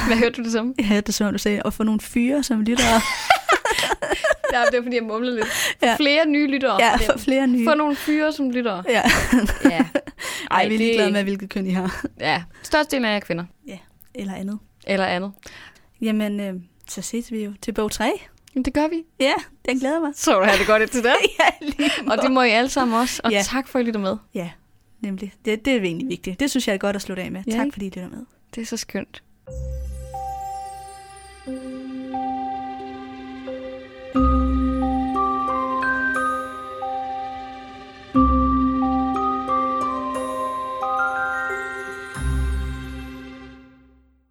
S1: Hvad hørte du det som?
S2: Jeg hørte det, som du sagde, at få nogle fyre, som lytter.
S1: Ja, det var fordi, jeg mumlede lidt.
S2: Ja.
S1: Flere nye lyttere.
S2: ja, for flere nye.
S1: Få nogle fyre som lyttere.
S2: Ja.
S1: Ja.
S2: Ej, vi er ligeglade med, hvilket køn I har.
S1: Ja, størstedelen af jer er kvinder.
S2: Eller andet.
S1: Eller andet.
S2: Jamen, øh, så ses vi jo til bog 3.
S1: Jamen, det gør vi.
S2: Ja, den glæder mig.
S1: Så du have det godt indtil da.
S2: ja, lige
S1: Og det må I alle sammen også. Og ja.
S2: Ja.
S1: tak for, at I lytter med.
S2: Ja, nemlig. Det, det er egentlig vigtigt. Det synes jeg er godt at slutte af med.
S1: Ja,
S2: Ja, tak
S1: ikke?
S2: fordi I lytter med.
S1: Det er så skønt.
S3: Thank you.